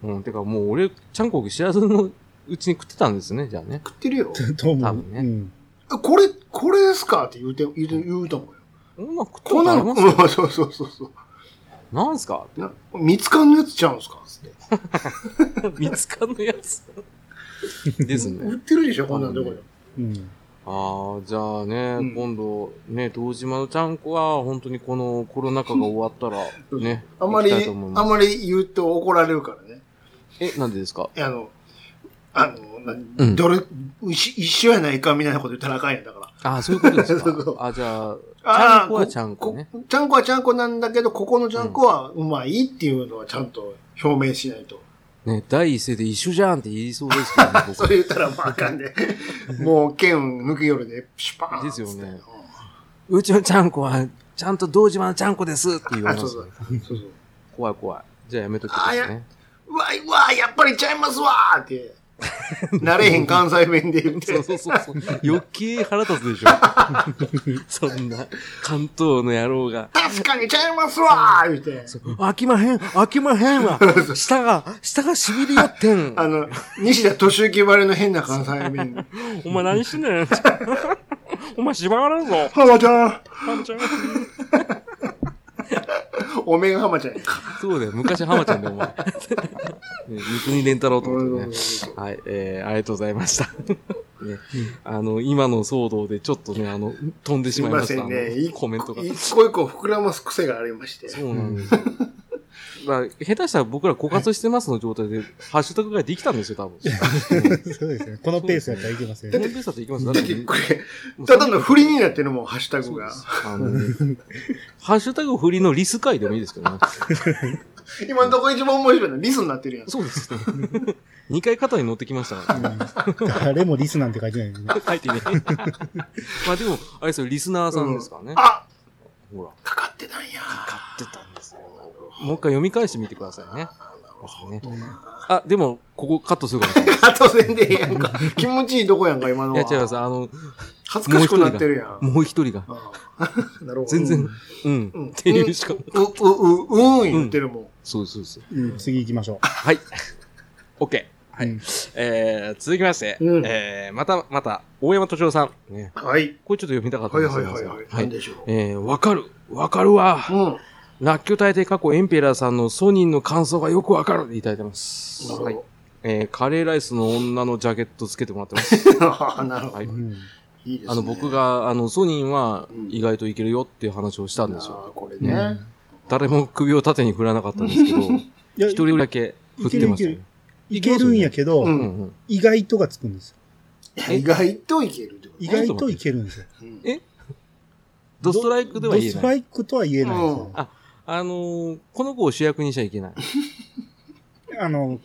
Speaker 1: うん、てかもう俺、ちゃんこ知らずのうちに食ってたんですね、じゃあね。
Speaker 2: 食ってるよ。
Speaker 3: どうも。
Speaker 1: 多分ね
Speaker 3: うん。
Speaker 2: これ、これですかって言うて、言うて、言うと思うよ。
Speaker 1: こんな食った
Speaker 2: こ
Speaker 1: こと
Speaker 2: んな
Speaker 1: ありま
Speaker 2: の、うん
Speaker 1: すか
Speaker 2: そうそうそうそう。
Speaker 1: なんすか
Speaker 2: な三つ缶のやつちゃうんすかつって。
Speaker 1: 見つかんのや つ。です
Speaker 2: 売っ
Speaker 1: ね。
Speaker 2: てるでしょこんなんどこで。
Speaker 3: うん。
Speaker 1: ああ、じゃあね、
Speaker 2: うん
Speaker 1: 今度、ね、東島のちゃんこは、本当にこのコロナ禍が終わった ら、ね。
Speaker 2: あんまり、
Speaker 1: 行きたい
Speaker 2: あ
Speaker 1: と思い
Speaker 2: ん
Speaker 1: ます
Speaker 2: まり言うと怒られるからね。
Speaker 1: え、なんでですか
Speaker 2: あの、あの、な
Speaker 1: うん
Speaker 2: どれ、うし一緒やないかみたいなこと言ったらあかんやんだから。
Speaker 1: ああ、そういうことです
Speaker 2: そうそう
Speaker 1: か。あじゃあ、ちゃ
Speaker 2: あ
Speaker 1: ん
Speaker 2: ー
Speaker 1: こはちゃんこね。
Speaker 2: ちゃんこはちゃんこなんだけど、ここのちゃんこはうまいっていうのはちゃんと表明しないと。
Speaker 1: ね、第一声で一緒じゃんって言いそうですけどね、僕
Speaker 2: それ言ったらもうあ かんで、もう剣抜き夜で、シュパーン
Speaker 1: ですよね
Speaker 2: つって
Speaker 1: うちのちゃんこは、ちゃんと堂島のちゃんこですって言
Speaker 2: うん
Speaker 1: わ
Speaker 2: あ、
Speaker 1: れ
Speaker 2: そ
Speaker 1: ま
Speaker 2: う
Speaker 1: す
Speaker 2: そ
Speaker 1: ね、
Speaker 2: う。そうそう。
Speaker 1: 怖い怖い。じゃあやめときですね。
Speaker 2: うわ、うわ、やっぱりちゃいますわーって。慣れへん関西弁で言
Speaker 1: そ
Speaker 2: って
Speaker 1: う。そうそうそう。 余計腹立つでしょ。 そんな、関東の野郎が。
Speaker 2: 確かにちゃいますわーって。
Speaker 1: 飽きまへん飽きまへん わ舌が、舌が痺れやってん
Speaker 2: あの、西田敏行ばれの変な関西弁。
Speaker 1: お前何してん ねんお前縛られるぞ
Speaker 2: 浜ちゃん
Speaker 1: ハマちゃん
Speaker 2: おめが浜ちゃんやんか。
Speaker 1: そうだよ、昔ハマちゃんでお 前。ね三国連太郎と思って
Speaker 2: うん
Speaker 1: ね。はい、えー、ありがとうございました。 ね、あの、今の騒動でちょっとね、あの、飛んですし
Speaker 2: い
Speaker 1: まいま
Speaker 2: ま
Speaker 1: し
Speaker 2: せ
Speaker 1: た。
Speaker 2: んね。
Speaker 1: あの
Speaker 2: 一
Speaker 1: コメントが。
Speaker 2: 一個一個膨らます癖がありまして。
Speaker 1: そうなんですよ。まあ、下手したら僕ら枯渇してますの状態で、ハッシュタグができたんですよ、多分。
Speaker 3: そうですね。このペースやったらいけません
Speaker 1: ペ
Speaker 3: ね。
Speaker 1: ンペースだといきますよだ
Speaker 2: だ
Speaker 1: っ
Speaker 2: ってて
Speaker 1: も
Speaker 2: これ、
Speaker 1: う
Speaker 2: ただの振りになってるもん、ハッシュタグが。
Speaker 1: あのねハッシュタグ振りのリス会でもいいですけどね。
Speaker 2: 今のとこ一番面白いのはリスになってるやん。
Speaker 1: そうですね。2回肩に乗ってきましたからね。
Speaker 3: 誰もリスなんて書いてないのにね。
Speaker 1: 書いてね。まあでも、あれですよ、リスナーさんですからね。
Speaker 2: あ
Speaker 1: ほら、
Speaker 2: かかってたんや。
Speaker 1: 買ってたんですよ。もう一回読み返してみてくださいね。ねあ、でも、ここカットするかもしれない。
Speaker 2: カットせんでええや んか。気持ちいいとこやんか、今の
Speaker 1: い
Speaker 2: は。
Speaker 1: や、違います。あの、
Speaker 2: 恥ずかしくなってるやん。
Speaker 1: もう一人が、
Speaker 2: ああなるほど。
Speaker 1: 全然、うん、
Speaker 2: うん
Speaker 1: っていうしか、
Speaker 2: う、う、う、うん言ってるもん。
Speaker 1: そうそうそう。
Speaker 3: うん次行きましょ
Speaker 1: はい。OK。
Speaker 3: う。はい。
Speaker 1: えー、続きまして、
Speaker 2: うん
Speaker 1: えー、また、また、大山敏夫さん。ね、
Speaker 2: はい。
Speaker 1: これちょっと読みたかったん
Speaker 2: はい
Speaker 1: です
Speaker 2: はい
Speaker 1: よ。
Speaker 2: はい
Speaker 1: ま
Speaker 2: は
Speaker 1: ず
Speaker 2: い。なんでしょう。
Speaker 1: えー、わかる。わかるわ。
Speaker 2: うん。
Speaker 1: ラッキョ大帝過去エンペラーさんのソニーの感想がよくわかるでいただいてます。
Speaker 2: なるほど
Speaker 1: はい。えー、カレーライスの女のジャケットつけてもらってます。
Speaker 2: ああなるほ
Speaker 1: は
Speaker 2: ど。
Speaker 1: い。
Speaker 3: うん
Speaker 2: いいですね。
Speaker 1: あの、僕が、あの、ソニーは
Speaker 2: うん
Speaker 1: 意外といけるよっていう話をしたんです
Speaker 2: あ
Speaker 1: よ。
Speaker 2: あこれ
Speaker 3: う
Speaker 2: ね
Speaker 3: ん。
Speaker 1: 誰も首を縦に振らなかったんですけど、
Speaker 3: いや
Speaker 1: 一人だけ振ってましたよね。
Speaker 3: いけるんやけど、
Speaker 2: う
Speaker 1: うんんうん。
Speaker 3: 意外とがつくんですよ。
Speaker 1: え
Speaker 2: 意外といけるってこと
Speaker 3: 意外といけるんですよ。
Speaker 2: うん
Speaker 1: えドストライクでは言え
Speaker 3: ドスト
Speaker 1: な
Speaker 3: ラ
Speaker 1: い。
Speaker 3: イクとは言えないですよ
Speaker 1: ああのー、この子を主役にしちゃいけない。
Speaker 3: あの、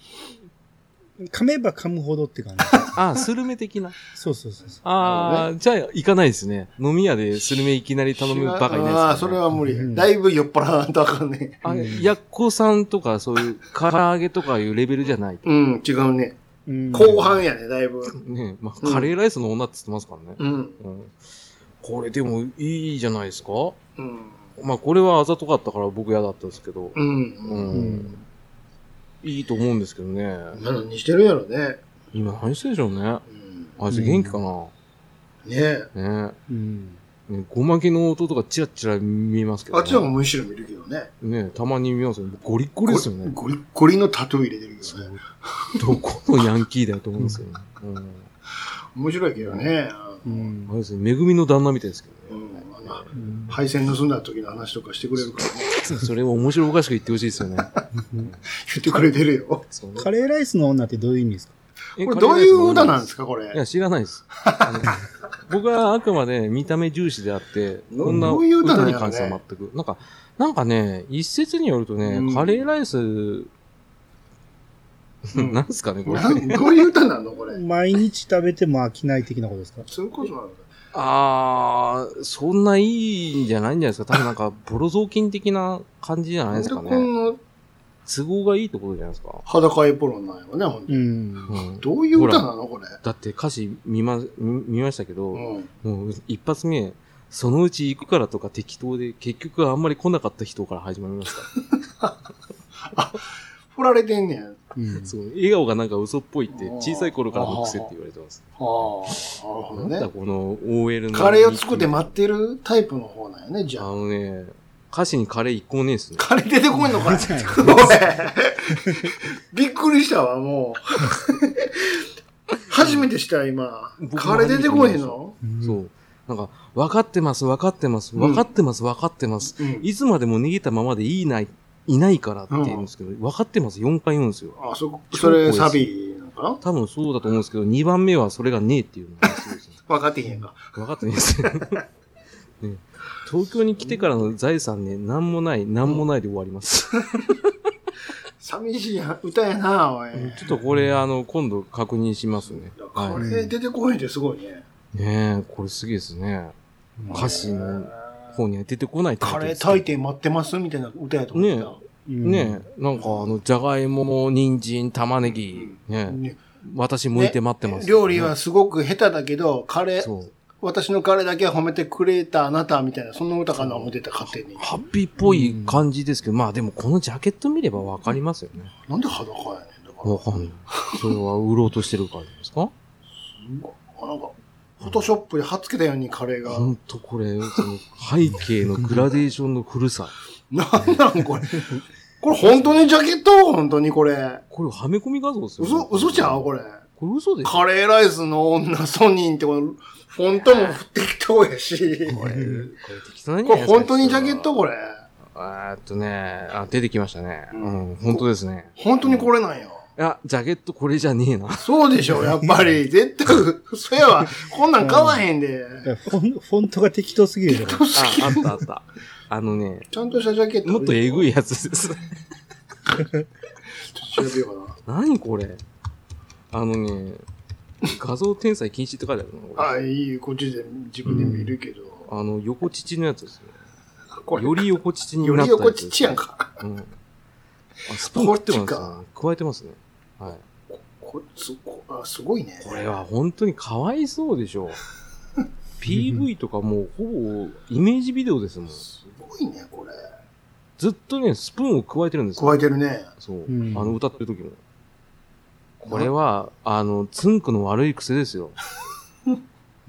Speaker 3: 噛めば噛むほどって 感じ。
Speaker 1: あ、スルメ的な。
Speaker 3: そうそうそうそ
Speaker 1: ああ、じゃあ行かないですね。飲み屋でスルメいきなり頼むバカいないですからね
Speaker 2: ああ、それは無理
Speaker 3: う。ん
Speaker 2: だいぶ酔っ払わんとあかんね。
Speaker 1: あ
Speaker 3: う
Speaker 1: れ、
Speaker 3: ん
Speaker 1: やっこさんとかそういう、 唐揚げとかいうレベルじゃない。
Speaker 2: うん、違うね。
Speaker 3: う。うん
Speaker 2: 後半やね、だいぶ。
Speaker 1: ねまあ、
Speaker 2: うん
Speaker 1: カレーライスの女って言ってますからね。
Speaker 2: うん。
Speaker 1: うん。これでもいいじゃないですか
Speaker 2: うん。
Speaker 1: まあ、これはあざとかったから僕嫌だったんですけど。
Speaker 2: う。
Speaker 1: うんん。
Speaker 3: うん
Speaker 1: いいと思うんですけどね。
Speaker 2: 何してるんやろね。
Speaker 1: 今何してるでしょうね。あ
Speaker 2: うん。
Speaker 1: いつ元気かな、
Speaker 2: ねえ。
Speaker 1: ね
Speaker 3: うん。
Speaker 1: ねごまきの音とかチラチラ見えますけど、
Speaker 2: あ
Speaker 1: ね。
Speaker 2: っちの方がむしろ見るけどね。
Speaker 1: ねたまに見ますよね。ゴリッゴリですよね。
Speaker 2: ゴリッゴリのタトゥー入れてるけ
Speaker 1: そ
Speaker 2: どね。
Speaker 1: うどこのヤンキーだよと思うんですよね。うん。
Speaker 2: 面白いけどね。
Speaker 3: うん
Speaker 1: あれですね、めぐみの旦那みたいですけどね。
Speaker 2: うん。今、配線盗んだ時の話とかしてくれるからね。
Speaker 1: それを面白おかしく言ってほしいですよね。
Speaker 2: 言ってくれてるよ。
Speaker 1: そう
Speaker 3: カレーライスの女ってどういう意味ですか
Speaker 1: え
Speaker 2: これどういう歌なん
Speaker 1: カレーライスも同じ
Speaker 2: ですか、これ
Speaker 1: い。や、知らないです。あの僕はあくまで見た目重視であって、
Speaker 2: ど
Speaker 1: こんな
Speaker 2: どういう歌
Speaker 1: 歌
Speaker 2: なん
Speaker 1: に
Speaker 2: やろ
Speaker 1: 関
Speaker 2: ね
Speaker 1: しては全く。なんか、なんかね、一説によるとね、
Speaker 2: うん
Speaker 1: カレーライス、
Speaker 2: うん
Speaker 1: なんすかね、これ。
Speaker 2: なんどういう歌なのこれ。
Speaker 3: 毎日食べても飽きない的なことですか
Speaker 2: そういうことなのか
Speaker 1: あー、そんないいんじゃないんじゃないですか。多分なんか、ボロ雑巾的な感じじゃないで
Speaker 2: なん
Speaker 1: す
Speaker 2: で
Speaker 1: か
Speaker 2: こ
Speaker 1: ね。
Speaker 2: んな
Speaker 1: 都合がいいところじゃないですか。
Speaker 2: 裸エプロンなんやろね、ほん
Speaker 3: うん。
Speaker 2: で。
Speaker 1: うん
Speaker 2: どういう歌なのこれ。
Speaker 1: だって歌詞見ま、見見ましたけど、
Speaker 2: うん。
Speaker 1: もう一発目、そのうち行くからとか適当で、結局あんまり来なかった人から始まりました。
Speaker 2: 振られてんねん。
Speaker 3: うん
Speaker 1: そう、笑顔がなんか嘘っぽいって、小さい頃からの癖って言われてます。
Speaker 2: ああ、なるほど
Speaker 1: なんだ
Speaker 2: ね。
Speaker 1: この OL の。
Speaker 2: カレーを作って待ってるタイプの方なんやね、じ
Speaker 1: あ
Speaker 2: ゃあ。
Speaker 1: のね、歌詞にカレー一個もねえっすね。
Speaker 2: カレー出てこんの かい
Speaker 3: そうやね
Speaker 2: おいびっくりしたわ、もう。 初めてした、今。
Speaker 1: 僕も
Speaker 2: カレー出てこへんの
Speaker 1: そ。う。なんか、分かってます、分かってます、
Speaker 2: うん
Speaker 1: 分かってます、分かってます。
Speaker 2: うん。
Speaker 1: いつまでも逃げたままでいいない、いないからって言うんですけど、分かってます、4回言うんですよ。
Speaker 2: あ、そこ、それサビなのかな
Speaker 1: 多分そうだと思うんですけど、2番目はそれがねえっていうのがすごいですね。
Speaker 2: 分かってへんか。
Speaker 1: 分かってない です。ね、東京に来てからの財産ね、なんもない、なんもないで終わります。
Speaker 2: 寂しいや歌やな、おい。
Speaker 1: ちょっとこれ、あの、今度確認しますね。
Speaker 2: カ
Speaker 1: は
Speaker 2: レー出てこへんってすごいね。
Speaker 1: い。ねえ、これすげえですね。歌詞の方には出てこないってこ
Speaker 2: カ
Speaker 1: と
Speaker 2: レ
Speaker 1: で
Speaker 2: ー
Speaker 1: すね
Speaker 2: 炊いて待ってますみたいな歌やと思った。
Speaker 3: うん
Speaker 1: ねえ、なんかあの、じゃがいも、人参、玉ねぎ、ねえ、
Speaker 2: ね
Speaker 1: 私向いて待ってます、
Speaker 2: 料理はすごく下手だけど、カレ
Speaker 1: ね、
Speaker 2: ー、
Speaker 1: そう。
Speaker 2: 私のカレーだけは褒めてくれたあなたみたいな、そんな歌かな思ってた、勝手に。
Speaker 1: ハッピーっぽい感じですけど、まあでもこのジャケット見ればわかりますよね。
Speaker 2: なんで裸やねん。だから、
Speaker 1: わかんない。それは売ろうとしてるからじゃないですか
Speaker 2: なんか、フォトショップで貼っつけたようにカレーが
Speaker 1: ほ。んとこれ、その背景のグラデーションの古さ。
Speaker 2: なんなんこれ。これ本当にジャケット本当にこれ。
Speaker 1: これはめ込み画像ですよ、
Speaker 2: 嘘、嘘ちゃう
Speaker 1: こ
Speaker 2: これ。
Speaker 1: れ嘘でしょ
Speaker 2: カレーライスの女ソニーってこの、フォントも適当やし。
Speaker 1: これ、これ適当なんじゃない
Speaker 2: これ
Speaker 1: ですか
Speaker 2: 本当にジャケットこれ。
Speaker 1: あーっとね、あ、出てきましたね。
Speaker 2: う
Speaker 1: うんん、本当ですね。
Speaker 2: 本当にこれなんよ。
Speaker 1: いや、ジャケットこれじゃねえな。
Speaker 2: そうでしょ、やっぱり。絶対、そやわ。こんなん買わへんで。
Speaker 3: だから フォンフォントが適当すぎるから。
Speaker 1: あ、あったあった。あのね、
Speaker 2: ちゃんとしたジャケット。
Speaker 1: もっとえぐ
Speaker 2: い。
Speaker 1: いやつです。
Speaker 2: 調べようか
Speaker 1: 何これあのね、画像転載禁止って書いてあるの
Speaker 2: な。あ、いい、こっちで自分で見るけど。
Speaker 1: あの、横乳のやつですよ。
Speaker 2: これ、
Speaker 1: より横乳に
Speaker 2: よ
Speaker 1: なっ
Speaker 2: り
Speaker 1: たやつ
Speaker 2: 横ちっちやんか。
Speaker 1: うん。あ、スプーン食ってますね。加えてますね。はい。
Speaker 2: こすこあすごいね。
Speaker 1: これは本当にかわいそうでしょう。PV とかもうほぼイメージビデオですもん。
Speaker 2: すごいね、これ。
Speaker 1: ずっとね、スプーンを加えてるんですよ。
Speaker 2: 加えてるね。
Speaker 1: そう。
Speaker 3: うん
Speaker 1: あの、歌ってる時も。これは、あの、つんくの悪い癖ですよ。
Speaker 3: う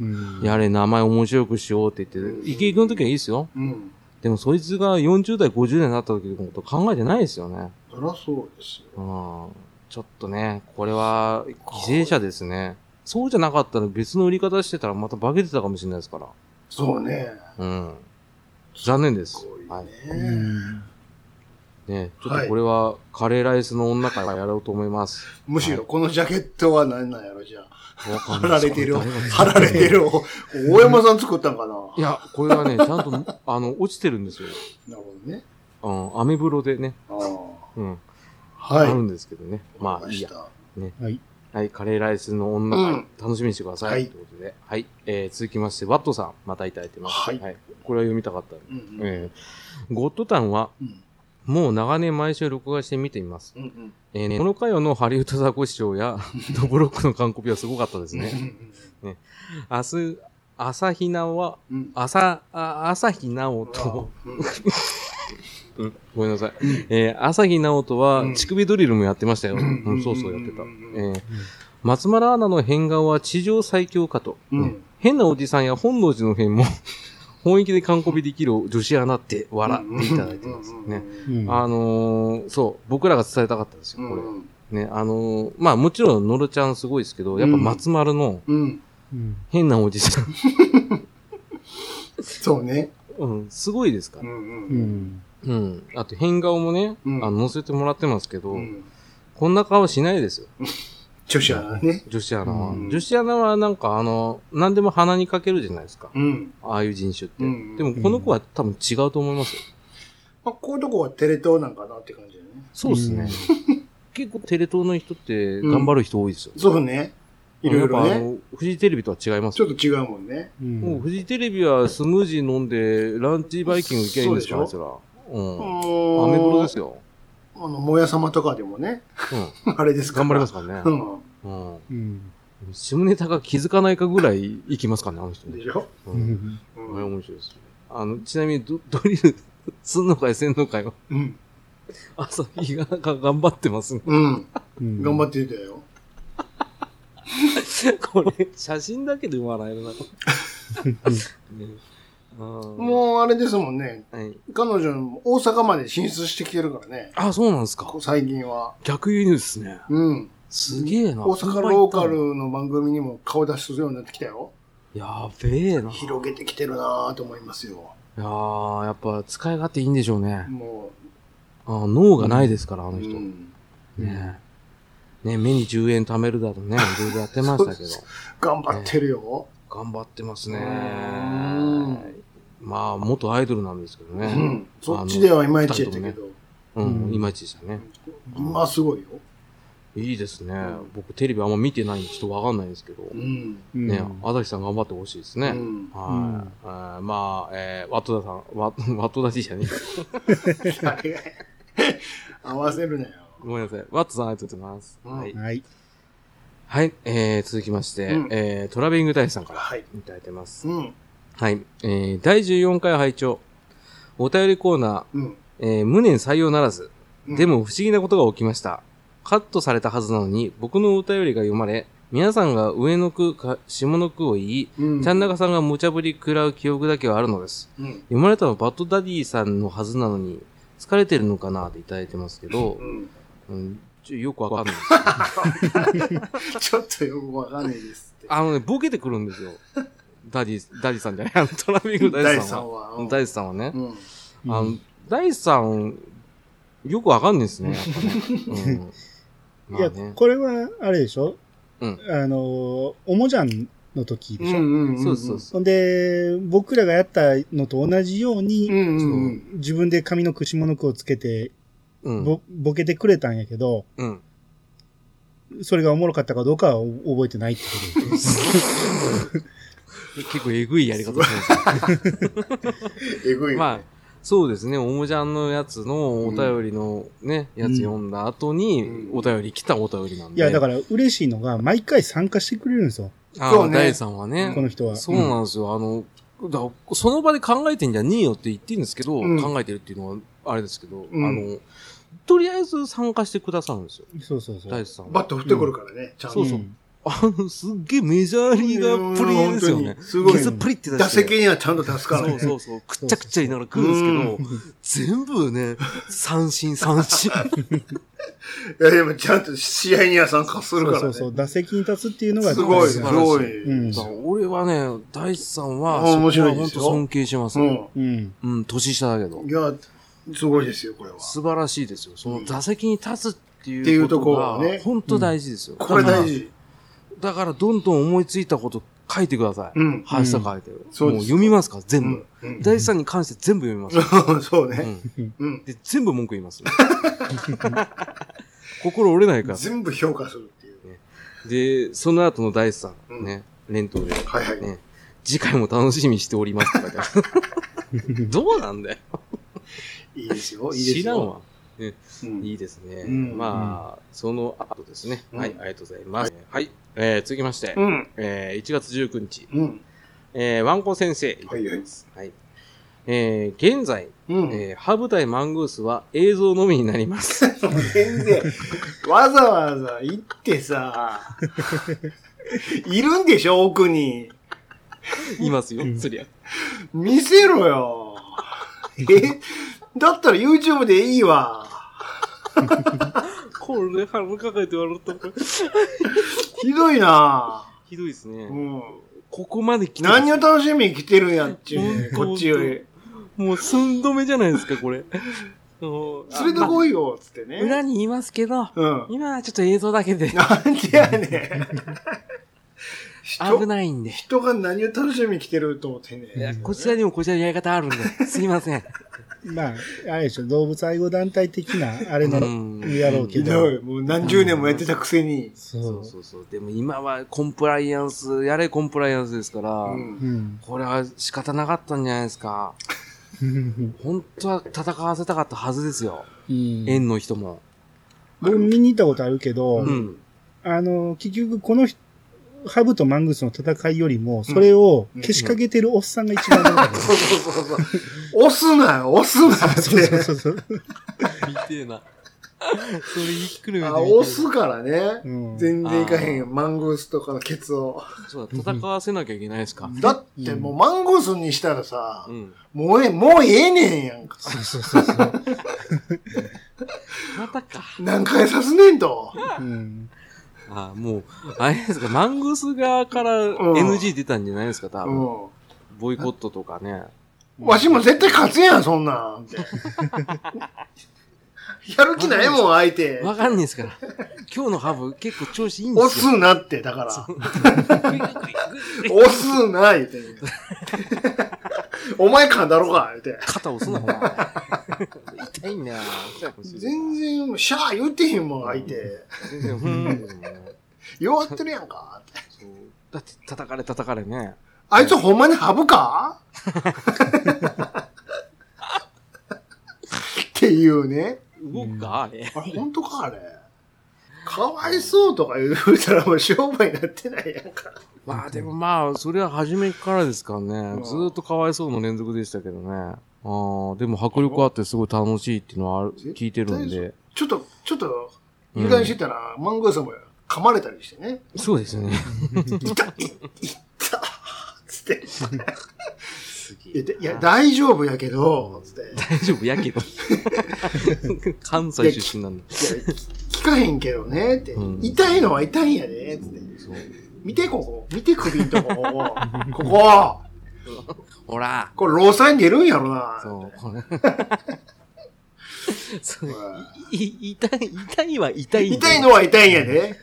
Speaker 3: ん
Speaker 1: やれ、名前面白くしようって言って、イケイケの時はいいですよ。
Speaker 2: うん。
Speaker 1: でもそいつが40代、50代になった時のこと考えてないですよね。
Speaker 2: そりゃそうです
Speaker 1: う
Speaker 2: よ。
Speaker 1: ん。ちょっとね、これは犠牲者ですね。そうじゃなかったら別の売り方してたらまた化けてたかもしれないですから。
Speaker 2: そうね。
Speaker 1: うん。残念です
Speaker 2: すごい。
Speaker 1: はい。
Speaker 2: ね。
Speaker 1: ね、ちょっとこれはカレーライスの女会はやろうと思います。
Speaker 2: むしろこのジャケットは何なんやろ、じゃあ。
Speaker 1: わかんな
Speaker 2: 貼ら
Speaker 1: い
Speaker 2: れてる、
Speaker 1: 誰が作っ
Speaker 2: 貼られてる。大山さん作ったんかな。
Speaker 1: いや、これはね、ちゃんと、 あの、落ちてるんですよ。
Speaker 2: なるほどね。
Speaker 1: うん、アメブロでね、
Speaker 2: ああ
Speaker 1: うん、
Speaker 2: はい。
Speaker 1: あるんですけどね。まあ、いいや。
Speaker 2: や。
Speaker 3: はい。
Speaker 1: はい、カレーライスの女
Speaker 2: うん
Speaker 1: 会、楽しみにしてください。
Speaker 2: はい
Speaker 1: ということで。はい、えー、続きまして、ワットさん、またいただいてます。
Speaker 2: はい
Speaker 1: これは読みたかった。
Speaker 2: うんうん
Speaker 1: えー、ゴッドタンは、
Speaker 2: うん
Speaker 1: もう長年毎週録画して見ています。
Speaker 2: うんうん
Speaker 1: えーね、この回のハリウッドザコシショウや、 ドブロックの完コピはすごかったです
Speaker 2: うん
Speaker 1: ね。明日、朝比奈は、
Speaker 2: うんうん
Speaker 1: 朝、あ朝日奈央と、
Speaker 2: うん
Speaker 1: うんごめんなさい。えー朝日奈央とは
Speaker 2: うん、
Speaker 1: 乳首ドリルもやってましたよ。
Speaker 2: う
Speaker 1: うんん、そうそうやってた。
Speaker 2: う
Speaker 1: え
Speaker 2: ん
Speaker 1: ー松丸アナの変顔は地上最強かと。
Speaker 2: うん
Speaker 1: 変なおじさんや本能寺の変も、 本域で完コピできる女子アナって笑っていただいてます
Speaker 2: うん
Speaker 1: ね。
Speaker 3: う。ん
Speaker 1: あのーそう、僕らが伝えたかったんです
Speaker 2: う
Speaker 1: よ、これ。
Speaker 2: ん
Speaker 1: ね、あのーまあもちろん、のろちゃんすごいですけど、やっぱ松丸の
Speaker 2: うん。
Speaker 3: うん
Speaker 1: 変なおじさん。
Speaker 2: そうね。
Speaker 1: うん、すごいですか
Speaker 2: う
Speaker 1: ら。
Speaker 2: ん
Speaker 3: う
Speaker 2: うん。
Speaker 3: ん。
Speaker 1: うん。あと変顔もね、
Speaker 2: うん
Speaker 1: あの、載せてもらってますけど、
Speaker 2: うん。
Speaker 1: こんな顔しないですよ。
Speaker 2: 著者はね。
Speaker 1: 女子アナは。
Speaker 3: うん
Speaker 1: 女子アナはなんかあの、何でも鼻にかけるじゃないですか。
Speaker 2: うん。
Speaker 1: ああいう人種って。
Speaker 2: うん
Speaker 1: でもこの子は多分違うと思いますよ。
Speaker 2: まあ、こういうとこはテレ東なんかなって感じだね。
Speaker 1: そうですね。結構テレ東の人って頑張る人多いですよ。
Speaker 2: そうね。いろいろ
Speaker 1: やっぱあ
Speaker 2: ね。
Speaker 1: の、フジテレビとは違います
Speaker 2: ちょ
Speaker 1: よ。
Speaker 2: っと違うもんね。
Speaker 3: う。
Speaker 1: もうんフジテレビはスムージー飲んで、ランチバイキング行けばいいんですか、あい
Speaker 2: そうでし
Speaker 1: つら。うん。
Speaker 2: ア
Speaker 1: アメブロですよ。
Speaker 2: あの、もや様とかでもね、
Speaker 1: うん。
Speaker 2: あれですから
Speaker 1: 頑張りますから
Speaker 2: う
Speaker 1: ね。
Speaker 2: ん。
Speaker 1: うん。
Speaker 3: うん。
Speaker 1: 下ネタが気づかないかぐらい行きますからね、あの人ね。
Speaker 2: でしょ
Speaker 1: う。
Speaker 3: うんん。
Speaker 2: う
Speaker 1: あれ
Speaker 2: ん。
Speaker 1: 面白いですね。あの、ちなみにドドリルすんのかいせんのかいは、
Speaker 2: うん。
Speaker 1: 朝日が頑張ってますね。
Speaker 2: うん。
Speaker 3: うん
Speaker 2: 頑張ってたよ。
Speaker 1: これ、写真だけで笑えるな。ねも
Speaker 2: もうあれですもんね。
Speaker 1: うん、はい。
Speaker 2: 彼女も大阪まで進出してきてるからね。
Speaker 1: あ、そうなんですか
Speaker 2: こ。最近は。
Speaker 1: 逆輸入ですね。
Speaker 2: うん。
Speaker 1: すげえな。
Speaker 2: 大阪ローカ。ルの番組にも顔出しするようになってきたよ。
Speaker 1: やべえな。い
Speaker 2: 広げてきてるなぁと思いますよ。
Speaker 1: やー、やっぱ使い勝手いいんでしょうね。
Speaker 2: も
Speaker 1: あ脳がないですから、あ
Speaker 2: う。
Speaker 1: の人。
Speaker 2: うん
Speaker 1: ねえね目に10円貯めるだとね、いろいろやってましたけど。
Speaker 2: そう頑張ってるよ。
Speaker 1: 頑張ってますね
Speaker 2: うーん。
Speaker 1: まあ、元アイドルなんですけど
Speaker 2: う
Speaker 1: ね。
Speaker 2: ん。そっちではいまいちやった
Speaker 1: あ
Speaker 2: け
Speaker 1: の
Speaker 2: ど、
Speaker 1: うん、
Speaker 3: うん
Speaker 1: いまいちでしたね。
Speaker 2: 今はすごいよ。
Speaker 1: いいですね
Speaker 2: ん。
Speaker 1: 僕、テレビあんま見てないんで、ちょっとわかんないですけど。
Speaker 2: うん。
Speaker 3: うん
Speaker 1: ね、朝日さん頑張ってほしいです
Speaker 2: う
Speaker 1: ね。
Speaker 2: ん。
Speaker 1: はい、えーまあ、えー、ワトダさん、ワワトダじゃねえ。
Speaker 2: あれが合わせるなよ。
Speaker 1: ごめんなさい。ワットさんありがとうございます。
Speaker 2: うん
Speaker 1: はい。
Speaker 3: はい。
Speaker 1: はい、えー、続きまして、
Speaker 2: うん
Speaker 1: えー、トラベリング大使さんから
Speaker 2: はい。
Speaker 1: いただいてます。
Speaker 2: うん。
Speaker 1: はい。えー、第14回拝聴お便りコーナ
Speaker 2: うん。
Speaker 1: ー、えー、無念採用ならず、
Speaker 2: うん
Speaker 1: で、も不思議なことが起きました。カットされたはずなのに、僕のお便りが読まれ、皆さんが上の句か下の句を言い、
Speaker 2: うん
Speaker 1: ちゃんなかさんが無茶ぶり食らう記憶だけはあるのです。
Speaker 2: うん。
Speaker 1: 読まれたのはバッドダディさんのはずなのに、疲れてるのかなっていただいてますけど
Speaker 2: う、ん。
Speaker 1: うん、ちょよくわかんないです。
Speaker 2: ちょっとよくわかんないですって。
Speaker 1: あのね、ボケてくるんですよ。ダディ、ダディさんじゃない、あのトラビングダ
Speaker 2: 第
Speaker 1: ディさん
Speaker 2: 3
Speaker 1: は。
Speaker 2: 話。
Speaker 1: ダディさんはね
Speaker 2: う。ん。
Speaker 1: あの、ダディさん、よくわかんないですね、やっぱね。うん、
Speaker 3: いや、これは、あれでしょ
Speaker 1: うん
Speaker 3: あの、おもじゃんの時でしょ、
Speaker 2: ん
Speaker 1: そうそうそ
Speaker 3: ほんで、僕らがやったのと同じように、
Speaker 2: うんうんうん。
Speaker 3: 自分で髪のくしものくをつけて
Speaker 1: う。うん。
Speaker 3: ぼ、ボケてくれたんやけど、
Speaker 1: うん。
Speaker 3: それがおもろかったかどうかはお覚えてないってことです
Speaker 1: 結構えぐいやり方ですね。
Speaker 2: えぐいよね。
Speaker 1: まあ、そうですね。おもちゃんのやつのお便りのね、やつ読んだ後に
Speaker 2: う、ん
Speaker 1: お便り、来たお便りなん
Speaker 3: い
Speaker 1: で。
Speaker 3: や、だ
Speaker 1: か
Speaker 3: から嬉しいのが、毎回参加してくれるんですよ、
Speaker 1: ら、あ
Speaker 2: そう
Speaker 1: の、
Speaker 2: ね
Speaker 1: ダイさんは
Speaker 2: うん
Speaker 3: こ
Speaker 1: ね、
Speaker 3: の人は。
Speaker 1: そうなんですよ。あの、だその場で考えてんじゃねえよって言ってるんですけど、
Speaker 2: うん
Speaker 1: 考えてるっていうのは、あれですけど、
Speaker 2: うん
Speaker 1: あの、とりあえず参加してくださるんですよ。
Speaker 3: うんそうそうそう。
Speaker 1: ダイさん
Speaker 2: バ
Speaker 1: は
Speaker 2: ッ。ト振ってくるからね、ちゃん
Speaker 1: そ
Speaker 2: と
Speaker 1: う。そうあの、すっげえメジャーリーガープリですよ
Speaker 2: いや
Speaker 1: ね
Speaker 2: 本当。にすごい
Speaker 1: ゲスプリって出
Speaker 2: 打
Speaker 1: して
Speaker 2: 席にはちゃんと助かる
Speaker 1: そう
Speaker 2: ね。
Speaker 1: そうそう。くっちゃくちゃ言いながら来るんですけど、全部ね、三振三 振。
Speaker 2: いや、でもちゃんと試合には参加するからね。
Speaker 3: そうそうそう。打席に立つっていうのが、
Speaker 2: すごい、
Speaker 1: 素
Speaker 2: す
Speaker 1: 晴らしい
Speaker 2: ご
Speaker 3: う
Speaker 2: い。
Speaker 3: ん
Speaker 1: だから俺はね、大地さんは、
Speaker 2: あー面白い
Speaker 1: 本
Speaker 2: です
Speaker 1: 当
Speaker 2: よ
Speaker 1: 尊敬します、
Speaker 2: うん。
Speaker 3: うん。
Speaker 1: うん、年下だけど
Speaker 2: い。や、すごいですよ、これは。
Speaker 1: 素晴らしいですよ。その座席に立つって
Speaker 2: って
Speaker 1: い
Speaker 2: いうう
Speaker 1: こと
Speaker 2: こ
Speaker 1: と
Speaker 2: は
Speaker 1: が、
Speaker 2: ね
Speaker 1: 本当大事ですよ。
Speaker 2: これ大事。
Speaker 1: だから、どんどん思いついたこと書いてください。
Speaker 2: うん。
Speaker 1: 林さん書いてる。
Speaker 2: そうです
Speaker 1: もう読みますから、全部。
Speaker 2: うん
Speaker 1: 大地さんに関して全部読みます。
Speaker 2: うんそう
Speaker 1: う
Speaker 2: ね。
Speaker 1: ん
Speaker 2: うん。
Speaker 1: で、全部文句言います。心折れないから。
Speaker 2: 全部評価するっていう。
Speaker 1: で、その後の大地さ
Speaker 2: うん
Speaker 1: ん、ね、連投で、
Speaker 2: はいはい。
Speaker 1: ね、次回も楽しみにしておりますとか言って どうなんだよ。
Speaker 2: いいですよ、いいですよ。
Speaker 1: 知らんわ。
Speaker 2: うん。
Speaker 1: いいですね。
Speaker 2: うん
Speaker 1: まあ、その後ですね。
Speaker 2: うん
Speaker 1: はい、ありがとうございます。はい、えー続きまして、
Speaker 2: うん。
Speaker 1: えー1月19日、
Speaker 2: うん。
Speaker 1: えーワンコ先生、いただきます。はい、えー現在、
Speaker 2: うん。
Speaker 1: えー、ハブ対マングースは映像のみになります。
Speaker 2: 全然、わざわざ行ってさ、いるんでしょ、奥に。
Speaker 1: いますよ
Speaker 3: う、ん
Speaker 1: そりゃ。
Speaker 2: 見せ ろよ。えだったら YouTube でいいわ。
Speaker 1: これ、腹抱えて笑った。
Speaker 2: ひどいな
Speaker 1: ひどいですね。
Speaker 2: うん。
Speaker 1: ここまで来てます
Speaker 2: 何を楽しみに来てるんやっちゅうね、
Speaker 1: 本当
Speaker 2: こっちより。
Speaker 1: もう寸止めじゃないですか、これ。そ
Speaker 2: 連れてこいよ、つってね。
Speaker 1: 裏にいますけど、
Speaker 2: うん。
Speaker 1: 今はちょっと映像だけで
Speaker 2: なんでやねん。
Speaker 1: 危
Speaker 2: 人
Speaker 1: ないんで。
Speaker 2: 人が何を楽しみに来てると思って
Speaker 1: い
Speaker 2: ね。
Speaker 1: やこちらにもこちらのやり方あるんで、すいません。
Speaker 3: まあ、あれでしょ、動物愛護団体的な、あれの、
Speaker 1: うん
Speaker 3: やろうけ
Speaker 2: ひ
Speaker 3: ど
Speaker 2: どい。もう何十年もやってたくせに。
Speaker 1: そ
Speaker 3: そうう。
Speaker 1: そうそう。でも今はコンプライアンス、やれコンプライアンスですから、
Speaker 2: う
Speaker 3: う
Speaker 2: ん
Speaker 3: ん。
Speaker 1: これは仕方なかったんじゃないですか。
Speaker 3: うん
Speaker 1: 本当は戦わせたかったはずですよ。
Speaker 3: うん
Speaker 1: 縁の人も。
Speaker 3: 僕見に行ったことあるけど、
Speaker 1: うん。
Speaker 3: あの、結局この人ハブとマングースの戦いよりも、それをけしかけてるおっさんが一番長かった。
Speaker 2: そうそうそうそう。押すなよ、押す な
Speaker 3: そうそう
Speaker 2: っ
Speaker 3: そうそう。
Speaker 1: 見てえな。 それひっくる
Speaker 2: て。
Speaker 1: めて
Speaker 2: あ、
Speaker 1: 見てえな
Speaker 2: 押すからね。
Speaker 3: うん
Speaker 2: 全然いかへんよ、マングースとかのケツを。
Speaker 1: そうだ、戦わせなきゃいけないですか。
Speaker 2: だってもうマンゴースにしたらさ
Speaker 1: う、ん。
Speaker 2: もうええ、もうええねんやんか。
Speaker 3: そうそうそうそう。
Speaker 1: またか。
Speaker 2: 何回さすねんと。
Speaker 3: うん。
Speaker 1: あもう、あれですか、マングース側から NG 出たんじゃないですか、多分。
Speaker 2: う
Speaker 1: ボイコットとかね。
Speaker 2: ん。わしも絶対勝つやん、そんなん。やる気ないもん、相手。
Speaker 1: わかんないですから。今日のハブ結構調子いいんで
Speaker 2: 押
Speaker 1: すよ。
Speaker 2: すなって、だから。
Speaker 1: グイグイグイグイグイ
Speaker 2: 押すな、言うて。お前かんだろか、言うて。
Speaker 1: 肩押すな、お前。痛いんだよ。
Speaker 2: 全然、シャー言うてへんもん、相手。
Speaker 1: 全然、ふーん。
Speaker 2: 弱ってるやんか。って
Speaker 1: そうだって、叩かれ叩かれね。
Speaker 2: あいつほんまにハブかっていうね。
Speaker 1: 動くかあれ。
Speaker 2: あれ、本当か、あれ。かわいそうとか言うたらもう商売になってないやんか。
Speaker 1: まあでもまあ、それは初めからですからね。ずーっとかわいそうの連続でしたけどね。ああ、でも迫力あってすごい楽しいっていうのはある聞いてるんで。
Speaker 2: ちょっと、ちょっと、油断してたら、マンゴーさんも噛まれたりしてね。
Speaker 1: そうですね。
Speaker 2: たつって。
Speaker 1: すげ
Speaker 2: いやでいや、大丈夫やけど、つって。
Speaker 1: 大丈夫やけど。関西出身なんだ。
Speaker 2: いや、聞かへんけどね、って
Speaker 1: う。ん
Speaker 2: 痛いのは痛いんやで、つって。
Speaker 1: そう
Speaker 2: 見て、ここ。見て、首んとこ。 ここ。
Speaker 1: ほら
Speaker 2: これ、労災出るんやろな。
Speaker 1: そう、こ れ。そう
Speaker 2: ほら
Speaker 1: いい痛い、痛いは痛いんだよ。
Speaker 2: 痛いのは痛いんやで。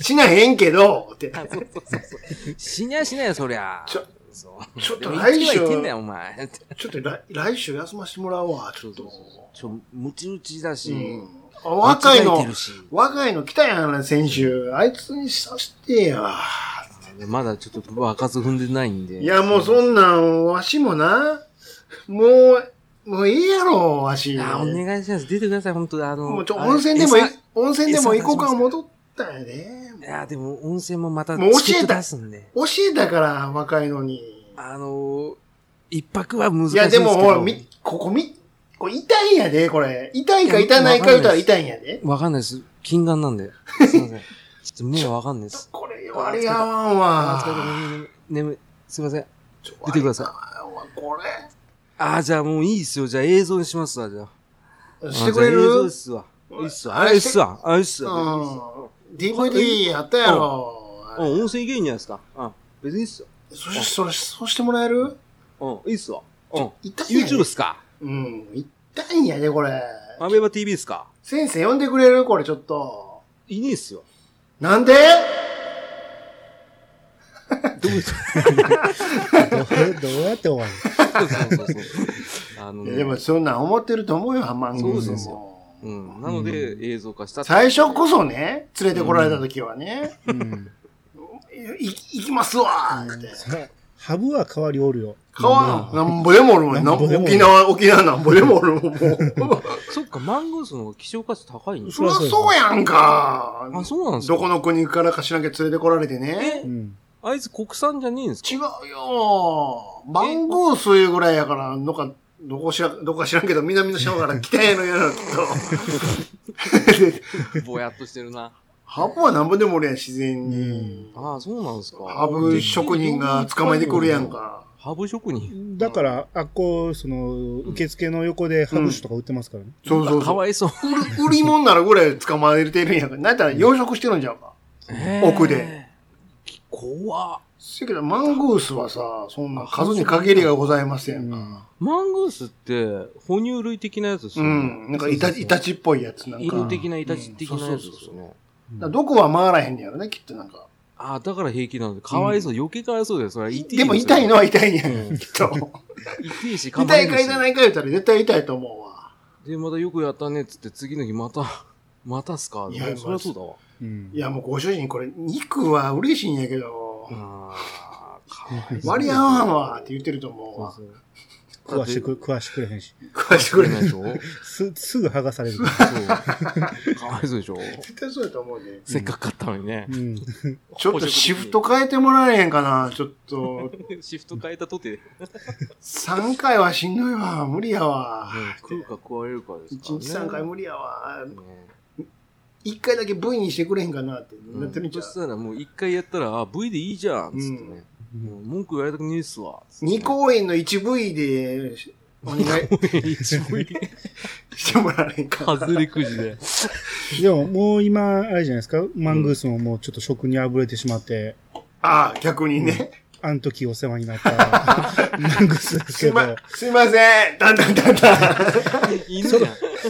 Speaker 2: しなへんけど、って。
Speaker 1: あそうそうそうそう。死にゃしないよ、そりゃ。
Speaker 2: ちょ
Speaker 1: そう
Speaker 2: ちょっ
Speaker 1: で
Speaker 2: と
Speaker 1: も
Speaker 2: 来
Speaker 1: 言って
Speaker 2: 週、
Speaker 1: は言ってんだよ、お前。
Speaker 2: ちょっと来来週休ませてもらうわ、ちょっと。
Speaker 1: ちょ、ムチムチだし、
Speaker 2: うんあ若い
Speaker 1: 間違え
Speaker 2: の
Speaker 1: てる、し
Speaker 2: 若いの来たやん、先週。あいつにさしてや。
Speaker 1: まだちょっと爆発踏んでないんで。
Speaker 2: いや、もうそんなん、わしもな、もう、もういいやろ、わし。
Speaker 1: あお願いします。出てください、本当だあの。
Speaker 2: もうちょ、
Speaker 1: あれ
Speaker 2: 温泉でもい
Speaker 1: 餌、
Speaker 2: 温泉でも行こ
Speaker 1: 餌出し
Speaker 2: う
Speaker 1: ま
Speaker 2: か、
Speaker 1: す
Speaker 2: 戻ったんやで。
Speaker 1: いや、でも温泉もまた、
Speaker 2: もう教えた
Speaker 1: チケット出すんで。
Speaker 2: 教えたから、若いのに。
Speaker 1: あのー、一泊は難し
Speaker 2: い
Speaker 1: いです
Speaker 2: や、
Speaker 1: けど。
Speaker 2: でもほら、み、ここみ、これ痛いんやで、これ。痛いか痛ないか言うたら痛いんやで。
Speaker 1: わかんないです。近眼 なんで。すいません。ちょっと目はわかんないです。
Speaker 2: これ、あれやわん
Speaker 1: あ。
Speaker 2: わ
Speaker 1: ー、疲れた。眠い眠い眠い。すいません。出てください
Speaker 2: い。こ
Speaker 1: あー、じゃあもういいっすよ。じゃあ映像にしますわ、じゃあ。
Speaker 2: れ。してくれ
Speaker 1: あじゃあ映像っ
Speaker 2: る
Speaker 1: すわ。いいっすわ。
Speaker 2: あ
Speaker 1: あ
Speaker 2: れ
Speaker 1: れっすわ。あれっす
Speaker 2: う
Speaker 1: わ。
Speaker 2: ん。DVD やったやろ。あ
Speaker 1: う
Speaker 2: れ
Speaker 1: ん、温泉行けばいいんじゃないですか。うん。別にいいっすよ。
Speaker 2: そし、それ、そうしてもらえる
Speaker 1: うん、いいっすわ。うん。
Speaker 2: 痛いんやで
Speaker 1: YouTube っ。すか
Speaker 2: うん。痛いんやで、これ。
Speaker 1: アベバ TV っすか
Speaker 2: 先生呼んでくれるこれ、ちょっと。
Speaker 1: いねえっすよ。
Speaker 2: なんで
Speaker 1: どういう
Speaker 3: どう どうやって終わる
Speaker 1: そうそう そう。あの
Speaker 2: い
Speaker 1: ね、
Speaker 2: やでも、そんなん思ってると思うよ、ハマング
Speaker 1: そうです
Speaker 2: も。
Speaker 1: うん。なので、
Speaker 3: う
Speaker 1: 映像化したって
Speaker 2: 最初こそね、連れてこられた時はね、
Speaker 3: うん。
Speaker 2: い行きますわーって。
Speaker 3: そらハブは代わりおるよ。
Speaker 2: 川なんぼでもおるもん。な
Speaker 3: なんんぼでもおる
Speaker 2: 沖縄、沖縄なんぼでもおるもん、 もう。
Speaker 1: そっか、マングースの方が希少価値高いんです
Speaker 2: そりゃそうやんか。
Speaker 1: あ、そうなんですか
Speaker 2: どこの国からかしらんけ連れてこられて
Speaker 1: え
Speaker 2: ね。
Speaker 3: う、ん。
Speaker 1: あいつ国産じゃねえんですか
Speaker 2: 違うよ。マンゴー水ぐらいやから、どっか、どこしら、どこか知らんけど、南の島から来たんやのやろ、きっと。
Speaker 1: ぼやっとしてるな。
Speaker 2: ハブはなんぼでもおるやん、自然に。
Speaker 1: ああ、そうなんですか。
Speaker 2: ハブ職人が捕まえてくるやん。か。
Speaker 1: ハブ職人
Speaker 3: だから、あっこ、その、受付の横でハブ酒とか売ってますからね。
Speaker 2: そうそう
Speaker 1: か
Speaker 2: そう。
Speaker 1: わいそう。
Speaker 2: 売り物ならぐらい捕まえてるんやから。なんやったら養殖してるんじゃんか。奥で
Speaker 1: えー。怖っ。
Speaker 2: せやけど、マングースはさ、そんな数に限りがございません。
Speaker 1: マングースって、哺乳類的なやつです
Speaker 2: う
Speaker 1: よね。
Speaker 2: ん。なんかイタチ、イタチっぽいやつなんか。
Speaker 1: 犬的なイタチ的なやつですよね。
Speaker 2: だから毒は回らへんねやろね、きっとなんか。
Speaker 1: ああ、だから平気なんで、かわいそう、余計かわいそうです。それは痛い
Speaker 2: でも痛いの
Speaker 1: は。
Speaker 2: は痛いんや
Speaker 1: うん
Speaker 2: きっと。
Speaker 1: 痛いし、噛ま
Speaker 2: 痛
Speaker 1: れ
Speaker 2: い
Speaker 1: る
Speaker 2: か
Speaker 1: し
Speaker 2: 痛ないか言ったら絶対痛いと思うわ。
Speaker 1: で、またよくやったねっつって、次の日また、 またっすか
Speaker 2: いや
Speaker 1: そりゃそうだわ。
Speaker 3: うん
Speaker 2: いや、もうご主人これ、肉は嬉しいんやけど、
Speaker 1: ああ、かわいそう。
Speaker 2: 割り合わんわって言ってると思う
Speaker 1: そう
Speaker 2: わ
Speaker 1: そ。う。
Speaker 3: 食わしてくれ、食わしてくれへんし。
Speaker 2: 食わして
Speaker 1: く
Speaker 2: く
Speaker 1: れ
Speaker 2: れ
Speaker 1: な
Speaker 2: な
Speaker 1: で
Speaker 2: いい。
Speaker 1: しょ
Speaker 3: す、すぐ剥がされる。
Speaker 1: そう。かわいそうでしょ
Speaker 2: 絶対そうやと思うね。
Speaker 1: せっかく買ったのにね
Speaker 3: う。ん。
Speaker 2: ちょっとシフト変えてもらえへんかな、ちょっと。
Speaker 1: シフト変えたとて、
Speaker 2: 3回はしんどいわ、無理やわ。
Speaker 1: 食うか食われるかですから
Speaker 2: 1
Speaker 1: ね。
Speaker 2: 日3回無理やわ。
Speaker 1: ね
Speaker 2: 1回だけ V にしてくれへんかなってなってみち
Speaker 1: そ
Speaker 2: ゃ
Speaker 1: したらもう一回やったら、あ、V でいいじゃん、つってね。もう文句言われたくねえっすわ。
Speaker 2: う。2公演の 1V でお願い
Speaker 1: 一応
Speaker 2: してもらえへんか
Speaker 1: 外れくじ で。
Speaker 3: でも、もう今、あれじゃないですか。マングースももうちょっと食にあぶれてしまって、
Speaker 2: ああ、逆にね。
Speaker 3: あの時お世話に なったマングースです
Speaker 2: す
Speaker 3: け
Speaker 2: いま
Speaker 3: ど、、
Speaker 2: すいません。だんだんだんだん。
Speaker 1: 犬じゃん。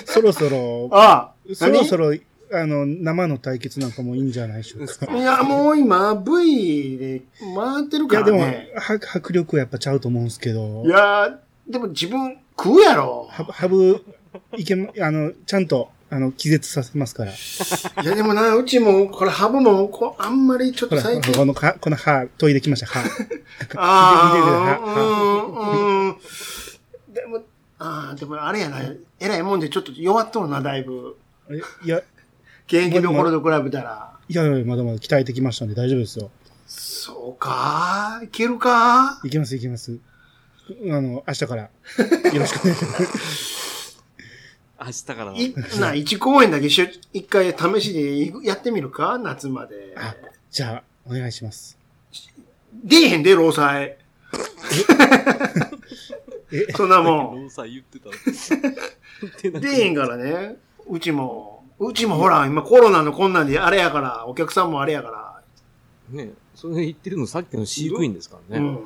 Speaker 3: そろそろ、
Speaker 2: ああ、
Speaker 3: そろそ
Speaker 2: ろ。
Speaker 3: ろ、あの、生の対決なんかもいいんじゃないでしょうか。
Speaker 2: いや、もう今、V で回ってる
Speaker 3: い
Speaker 2: か
Speaker 3: や、
Speaker 2: ら
Speaker 3: でも、
Speaker 2: ね。
Speaker 3: は迫力はやっぱちゃうと思うんですけど
Speaker 2: い、や、でも自分食うやろ。
Speaker 3: ハブ、ハブ、いけま、あの、ちゃんと、あの、気絶させますから。
Speaker 2: いや、でもな、うちも、これ、ハブも、こう、あんまりちょっ
Speaker 3: ほ
Speaker 2: と
Speaker 3: ら、ほら
Speaker 2: 最近。
Speaker 3: この歯、この歯、研いできました、 歯。
Speaker 2: あ
Speaker 3: 見て
Speaker 2: あ、うん、うん。でも、ああ、でもあれやな、えらいもんでちょっと弱っとるな、だいぶ。
Speaker 3: えいや、
Speaker 2: 現役の頃と比べたら。
Speaker 3: いやいや、まだまだ鍛えてきましたんで大丈夫ですよ。
Speaker 2: そうかいけるか
Speaker 3: いきます、いきます。あの、明日から。よろしくお願 いします。
Speaker 1: 明日から
Speaker 2: い、な、1公演だけしゅ、一回試しでやってみるか夏まで。
Speaker 3: あじゃあ、お願いします。
Speaker 2: 出え へんで、労災。
Speaker 3: え、
Speaker 2: そんなも ん。
Speaker 1: 労災言ってたの。言ってな
Speaker 2: 出えへんからね。うちも。うちもほら、今コロナのこんなんであれやから、お客さんもあれやから。
Speaker 1: ねそれ言ってるのさっきの飼育員ですからね。
Speaker 2: うん。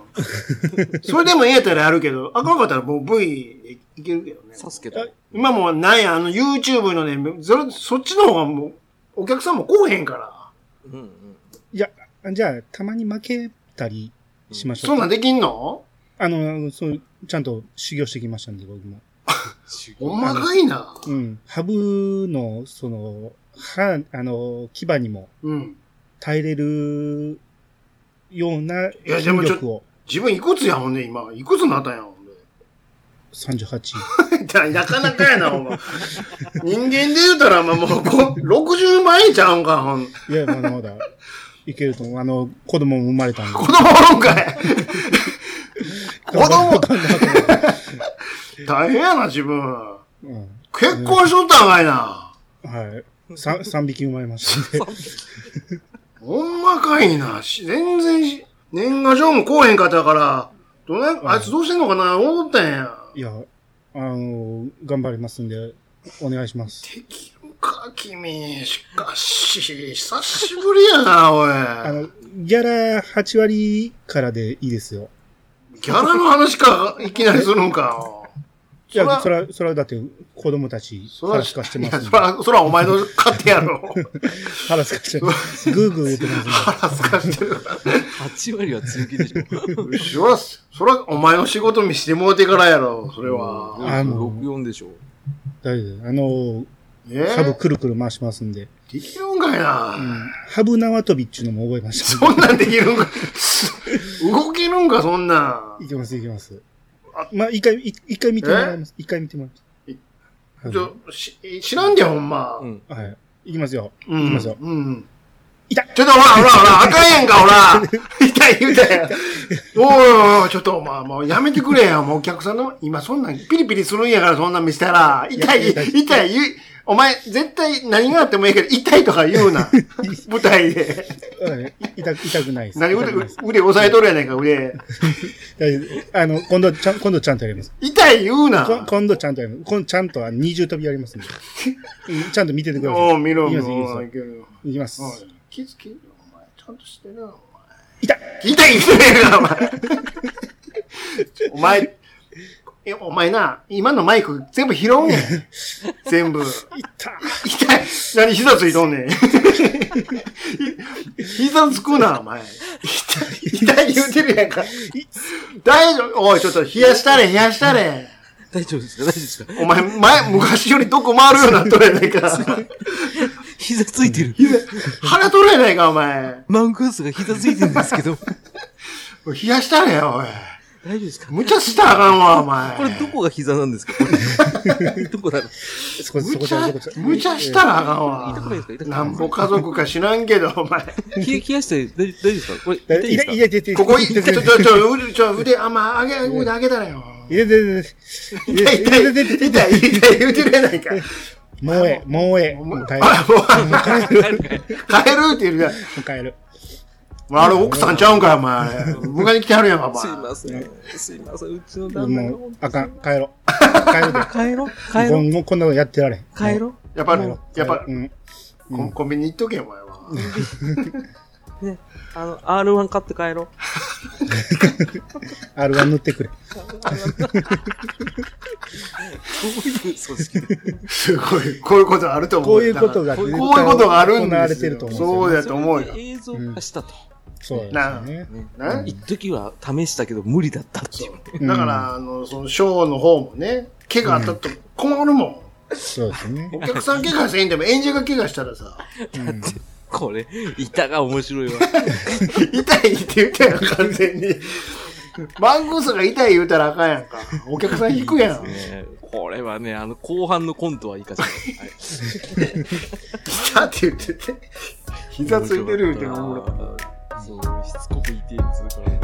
Speaker 2: それでもええやったらやるけど、あかんかったらもう V でいけるけどね。
Speaker 1: サスケと。
Speaker 2: 今もうなんや、あの YouTube のね、それ、そっちの方がもう、お客さんも来おへんから。
Speaker 1: うんうん。
Speaker 3: じゃあ、たまに負けたりしまし
Speaker 2: そ
Speaker 3: ょうんか。
Speaker 2: なんできんの
Speaker 3: あの、そう、ちゃんと修行してきましたんで、僕も。
Speaker 1: 修
Speaker 2: ほんまかいな。
Speaker 3: うん。ハブの、その、歯、あの、牙にも
Speaker 2: うん。
Speaker 3: 耐えれるような
Speaker 2: や
Speaker 3: 筋
Speaker 2: でもちょ
Speaker 3: 力を。
Speaker 2: 自分いくつやほんで今。いくつになったんやほんで。
Speaker 3: 38。
Speaker 2: なかなかやな、お前。人間で言うたら、まあもう、こ60万円ちゃうんか、ほん。
Speaker 3: いや、まだまだ。いけると思う。あの、子供も生まれたんで。
Speaker 2: 子供おるんかい。子供、大変やな、自分。
Speaker 3: うん。
Speaker 2: 結婚しとったんかいな。
Speaker 3: はい。三、三匹生まれましたんで。
Speaker 2: ほんまかいな。し全然し、年賀状も来おへんかったから、どない、あいつどうしてんのかな、思ったんや。
Speaker 3: いや、あの、頑張りますんで、お願いします。
Speaker 2: できるか、君。しかし、久しぶりやな、おい。
Speaker 3: あの、ギャラ8割からでいいですよ。
Speaker 2: ギャラの話か、いきなりするんか。
Speaker 3: いや、
Speaker 2: そ
Speaker 3: そ
Speaker 2: ら
Speaker 3: ら、そらだって子供たち
Speaker 2: そ
Speaker 3: 腹
Speaker 2: ら、
Speaker 3: すかして
Speaker 2: い
Speaker 3: ま
Speaker 2: や
Speaker 3: すん
Speaker 2: そ
Speaker 3: で。
Speaker 2: ら、そらお前の勝手やろ。
Speaker 3: 腹すかしてます。グーグー言ってますんで。
Speaker 2: 腹すかしてるか
Speaker 1: 8割は強気でし ょ。
Speaker 2: ら。そら、そらお前の仕事見してもうてからやろ、それは。
Speaker 3: あの
Speaker 1: 64でしょ。
Speaker 3: 大丈夫です。あの、
Speaker 2: え
Speaker 3: ハブくるくる回しますんで。
Speaker 2: できるんかいな。
Speaker 3: うん。ハブ縄跳びっちゅうのも覚えましたんで。
Speaker 2: そんなんできるんか。 動けるんか、そんなん。
Speaker 3: いけます、いけます。まあ、一回、い一回見てもらいます。一回見てもらいます。
Speaker 2: ちょ、し知らんで、ほんま
Speaker 1: う。ん。
Speaker 3: はい。はい。いきますよ。
Speaker 2: うん。
Speaker 3: いきますよ
Speaker 2: うん。
Speaker 3: 痛っ
Speaker 2: ちょっとほらほらほら、あかんやんか、ほ ら。痛い言うたやん。おいおいおい、ちょっと、まあ、もうやめてくれや。もうお客さんの、今そんなん、ピリピリするんやから、そんなん見せたら。痛い、
Speaker 3: 痛い
Speaker 2: 痛い、言うお前、絶対何があってもいいけど、痛いとか言 うな。舞台で。
Speaker 3: はい痛く、痛くないです。
Speaker 2: 何
Speaker 3: 痛
Speaker 2: 腕
Speaker 3: くないです、
Speaker 2: 腕押さえとるやないか、腕。
Speaker 3: 大丈夫ですあの、今度ちゃん、今度ちゃんとやります。
Speaker 2: 痛い言うな。
Speaker 3: こ今度ちゃんとやります。今度ちゃんとあの二重跳びやりますんで。うんちゃんと見ててくださ
Speaker 2: おう、見ろ、
Speaker 3: い
Speaker 2: 見
Speaker 3: きますいきます
Speaker 2: ろ。いけるよ
Speaker 3: い。いきま
Speaker 2: おい
Speaker 3: す。
Speaker 2: 気づけよ、お前。ちゃんとしてるよ、お前。
Speaker 3: 痛い
Speaker 2: 痛い人やから、お前。 ちょお前、え、お前な、今のマイク全部拾うん やん。全部。
Speaker 3: 痛い
Speaker 2: 痛い。何膝ついと んねん。膝つくな、お前。痛い、痛い言うてるやんか。大丈夫。おい、ちょっと冷やしたれ、冷やしたれ。
Speaker 1: 大丈夫ですか大丈夫ですか
Speaker 2: お前、前、昔よりどこ回るようになっとるやないか。
Speaker 1: 膝ついてる。
Speaker 2: 膝腹取るやないか、お前。
Speaker 1: マングースが膝ついてるんですけ ど。
Speaker 2: 冷やしたれよ、おい。
Speaker 1: 大丈夫ですか
Speaker 2: むちゃしたらあかんわ、お前。
Speaker 1: これどこが膝なんですか どこだろう
Speaker 3: そこ、
Speaker 2: む
Speaker 3: そこ
Speaker 2: ち
Speaker 3: じゃ
Speaker 2: ゃ
Speaker 3: そこじゃ、
Speaker 2: むちゃしたらあかんわ。
Speaker 1: 痛くないですか痛くない
Speaker 2: なんぼ家族か知らんけど、お前。
Speaker 1: 冷や冷やして大丈夫ですかこれ
Speaker 3: 痛
Speaker 1: 痛い
Speaker 3: い
Speaker 1: ですか
Speaker 3: 痛い痛い痛い。
Speaker 2: ここ、ち
Speaker 3: 痛
Speaker 2: ょ、
Speaker 3: い
Speaker 2: ち
Speaker 3: 痛い
Speaker 2: ょ、
Speaker 3: 痛い
Speaker 2: ちょ、腕、ちょ、腕、あんま上げ、腕上げたらよ。
Speaker 3: 痛い痛い
Speaker 2: 痛い、痛い、痛い、痛い、痛い、言うてるやないか。
Speaker 3: もうええ、もうええ。もう帰る。
Speaker 2: あ、もう、
Speaker 3: 帰る。
Speaker 2: 帰るって言うやん。
Speaker 3: もう帰る。
Speaker 2: あれ、奥さんちゃうんかい、お前。迎えに来てはるやんか、お
Speaker 1: すい
Speaker 2: 前。
Speaker 1: ません。すいません。うちの旦那が
Speaker 3: もう
Speaker 1: 本、
Speaker 3: あかん。帰ろう。帰るで。
Speaker 1: 当に。帰ろう帰ろう
Speaker 3: 今後こんなことやってられん。
Speaker 1: 帰ろ
Speaker 2: やっぱ、
Speaker 3: もう
Speaker 2: やっぱ
Speaker 3: う、ん。
Speaker 2: コンコンビニ行っとけ、お前は。
Speaker 1: うね。あの、R1 買って帰ろう。
Speaker 3: R1 塗ってくれ。
Speaker 1: どういう組織
Speaker 2: すごい、こういうことあると思う。
Speaker 3: こういうことが
Speaker 2: こういうことがあるんですよ。
Speaker 3: 行われてると思うんですよ
Speaker 2: そうだと思うよ。
Speaker 1: 映像化したと。
Speaker 3: そうですよね。
Speaker 1: ね
Speaker 2: な
Speaker 1: 一時は試したけど無理だったっていう。
Speaker 2: だから、あの、その、ショーの方もね、怪我あったと困るもん。
Speaker 3: そうですね。
Speaker 2: お客さん怪我せんでも演者が怪我したらさ、
Speaker 1: だって、これ、板が面白い わ。
Speaker 2: 痛いって言うたやん、完全に。マングースが痛い言うたらあかんやんか。お客さん引くやん。
Speaker 1: ねこれはね、あの、後半のコントはいいかしら。 はい
Speaker 2: 痛って言ってて、膝ついてる言うてもおもろかった
Speaker 1: そう、しつこく言ってやつ、これ。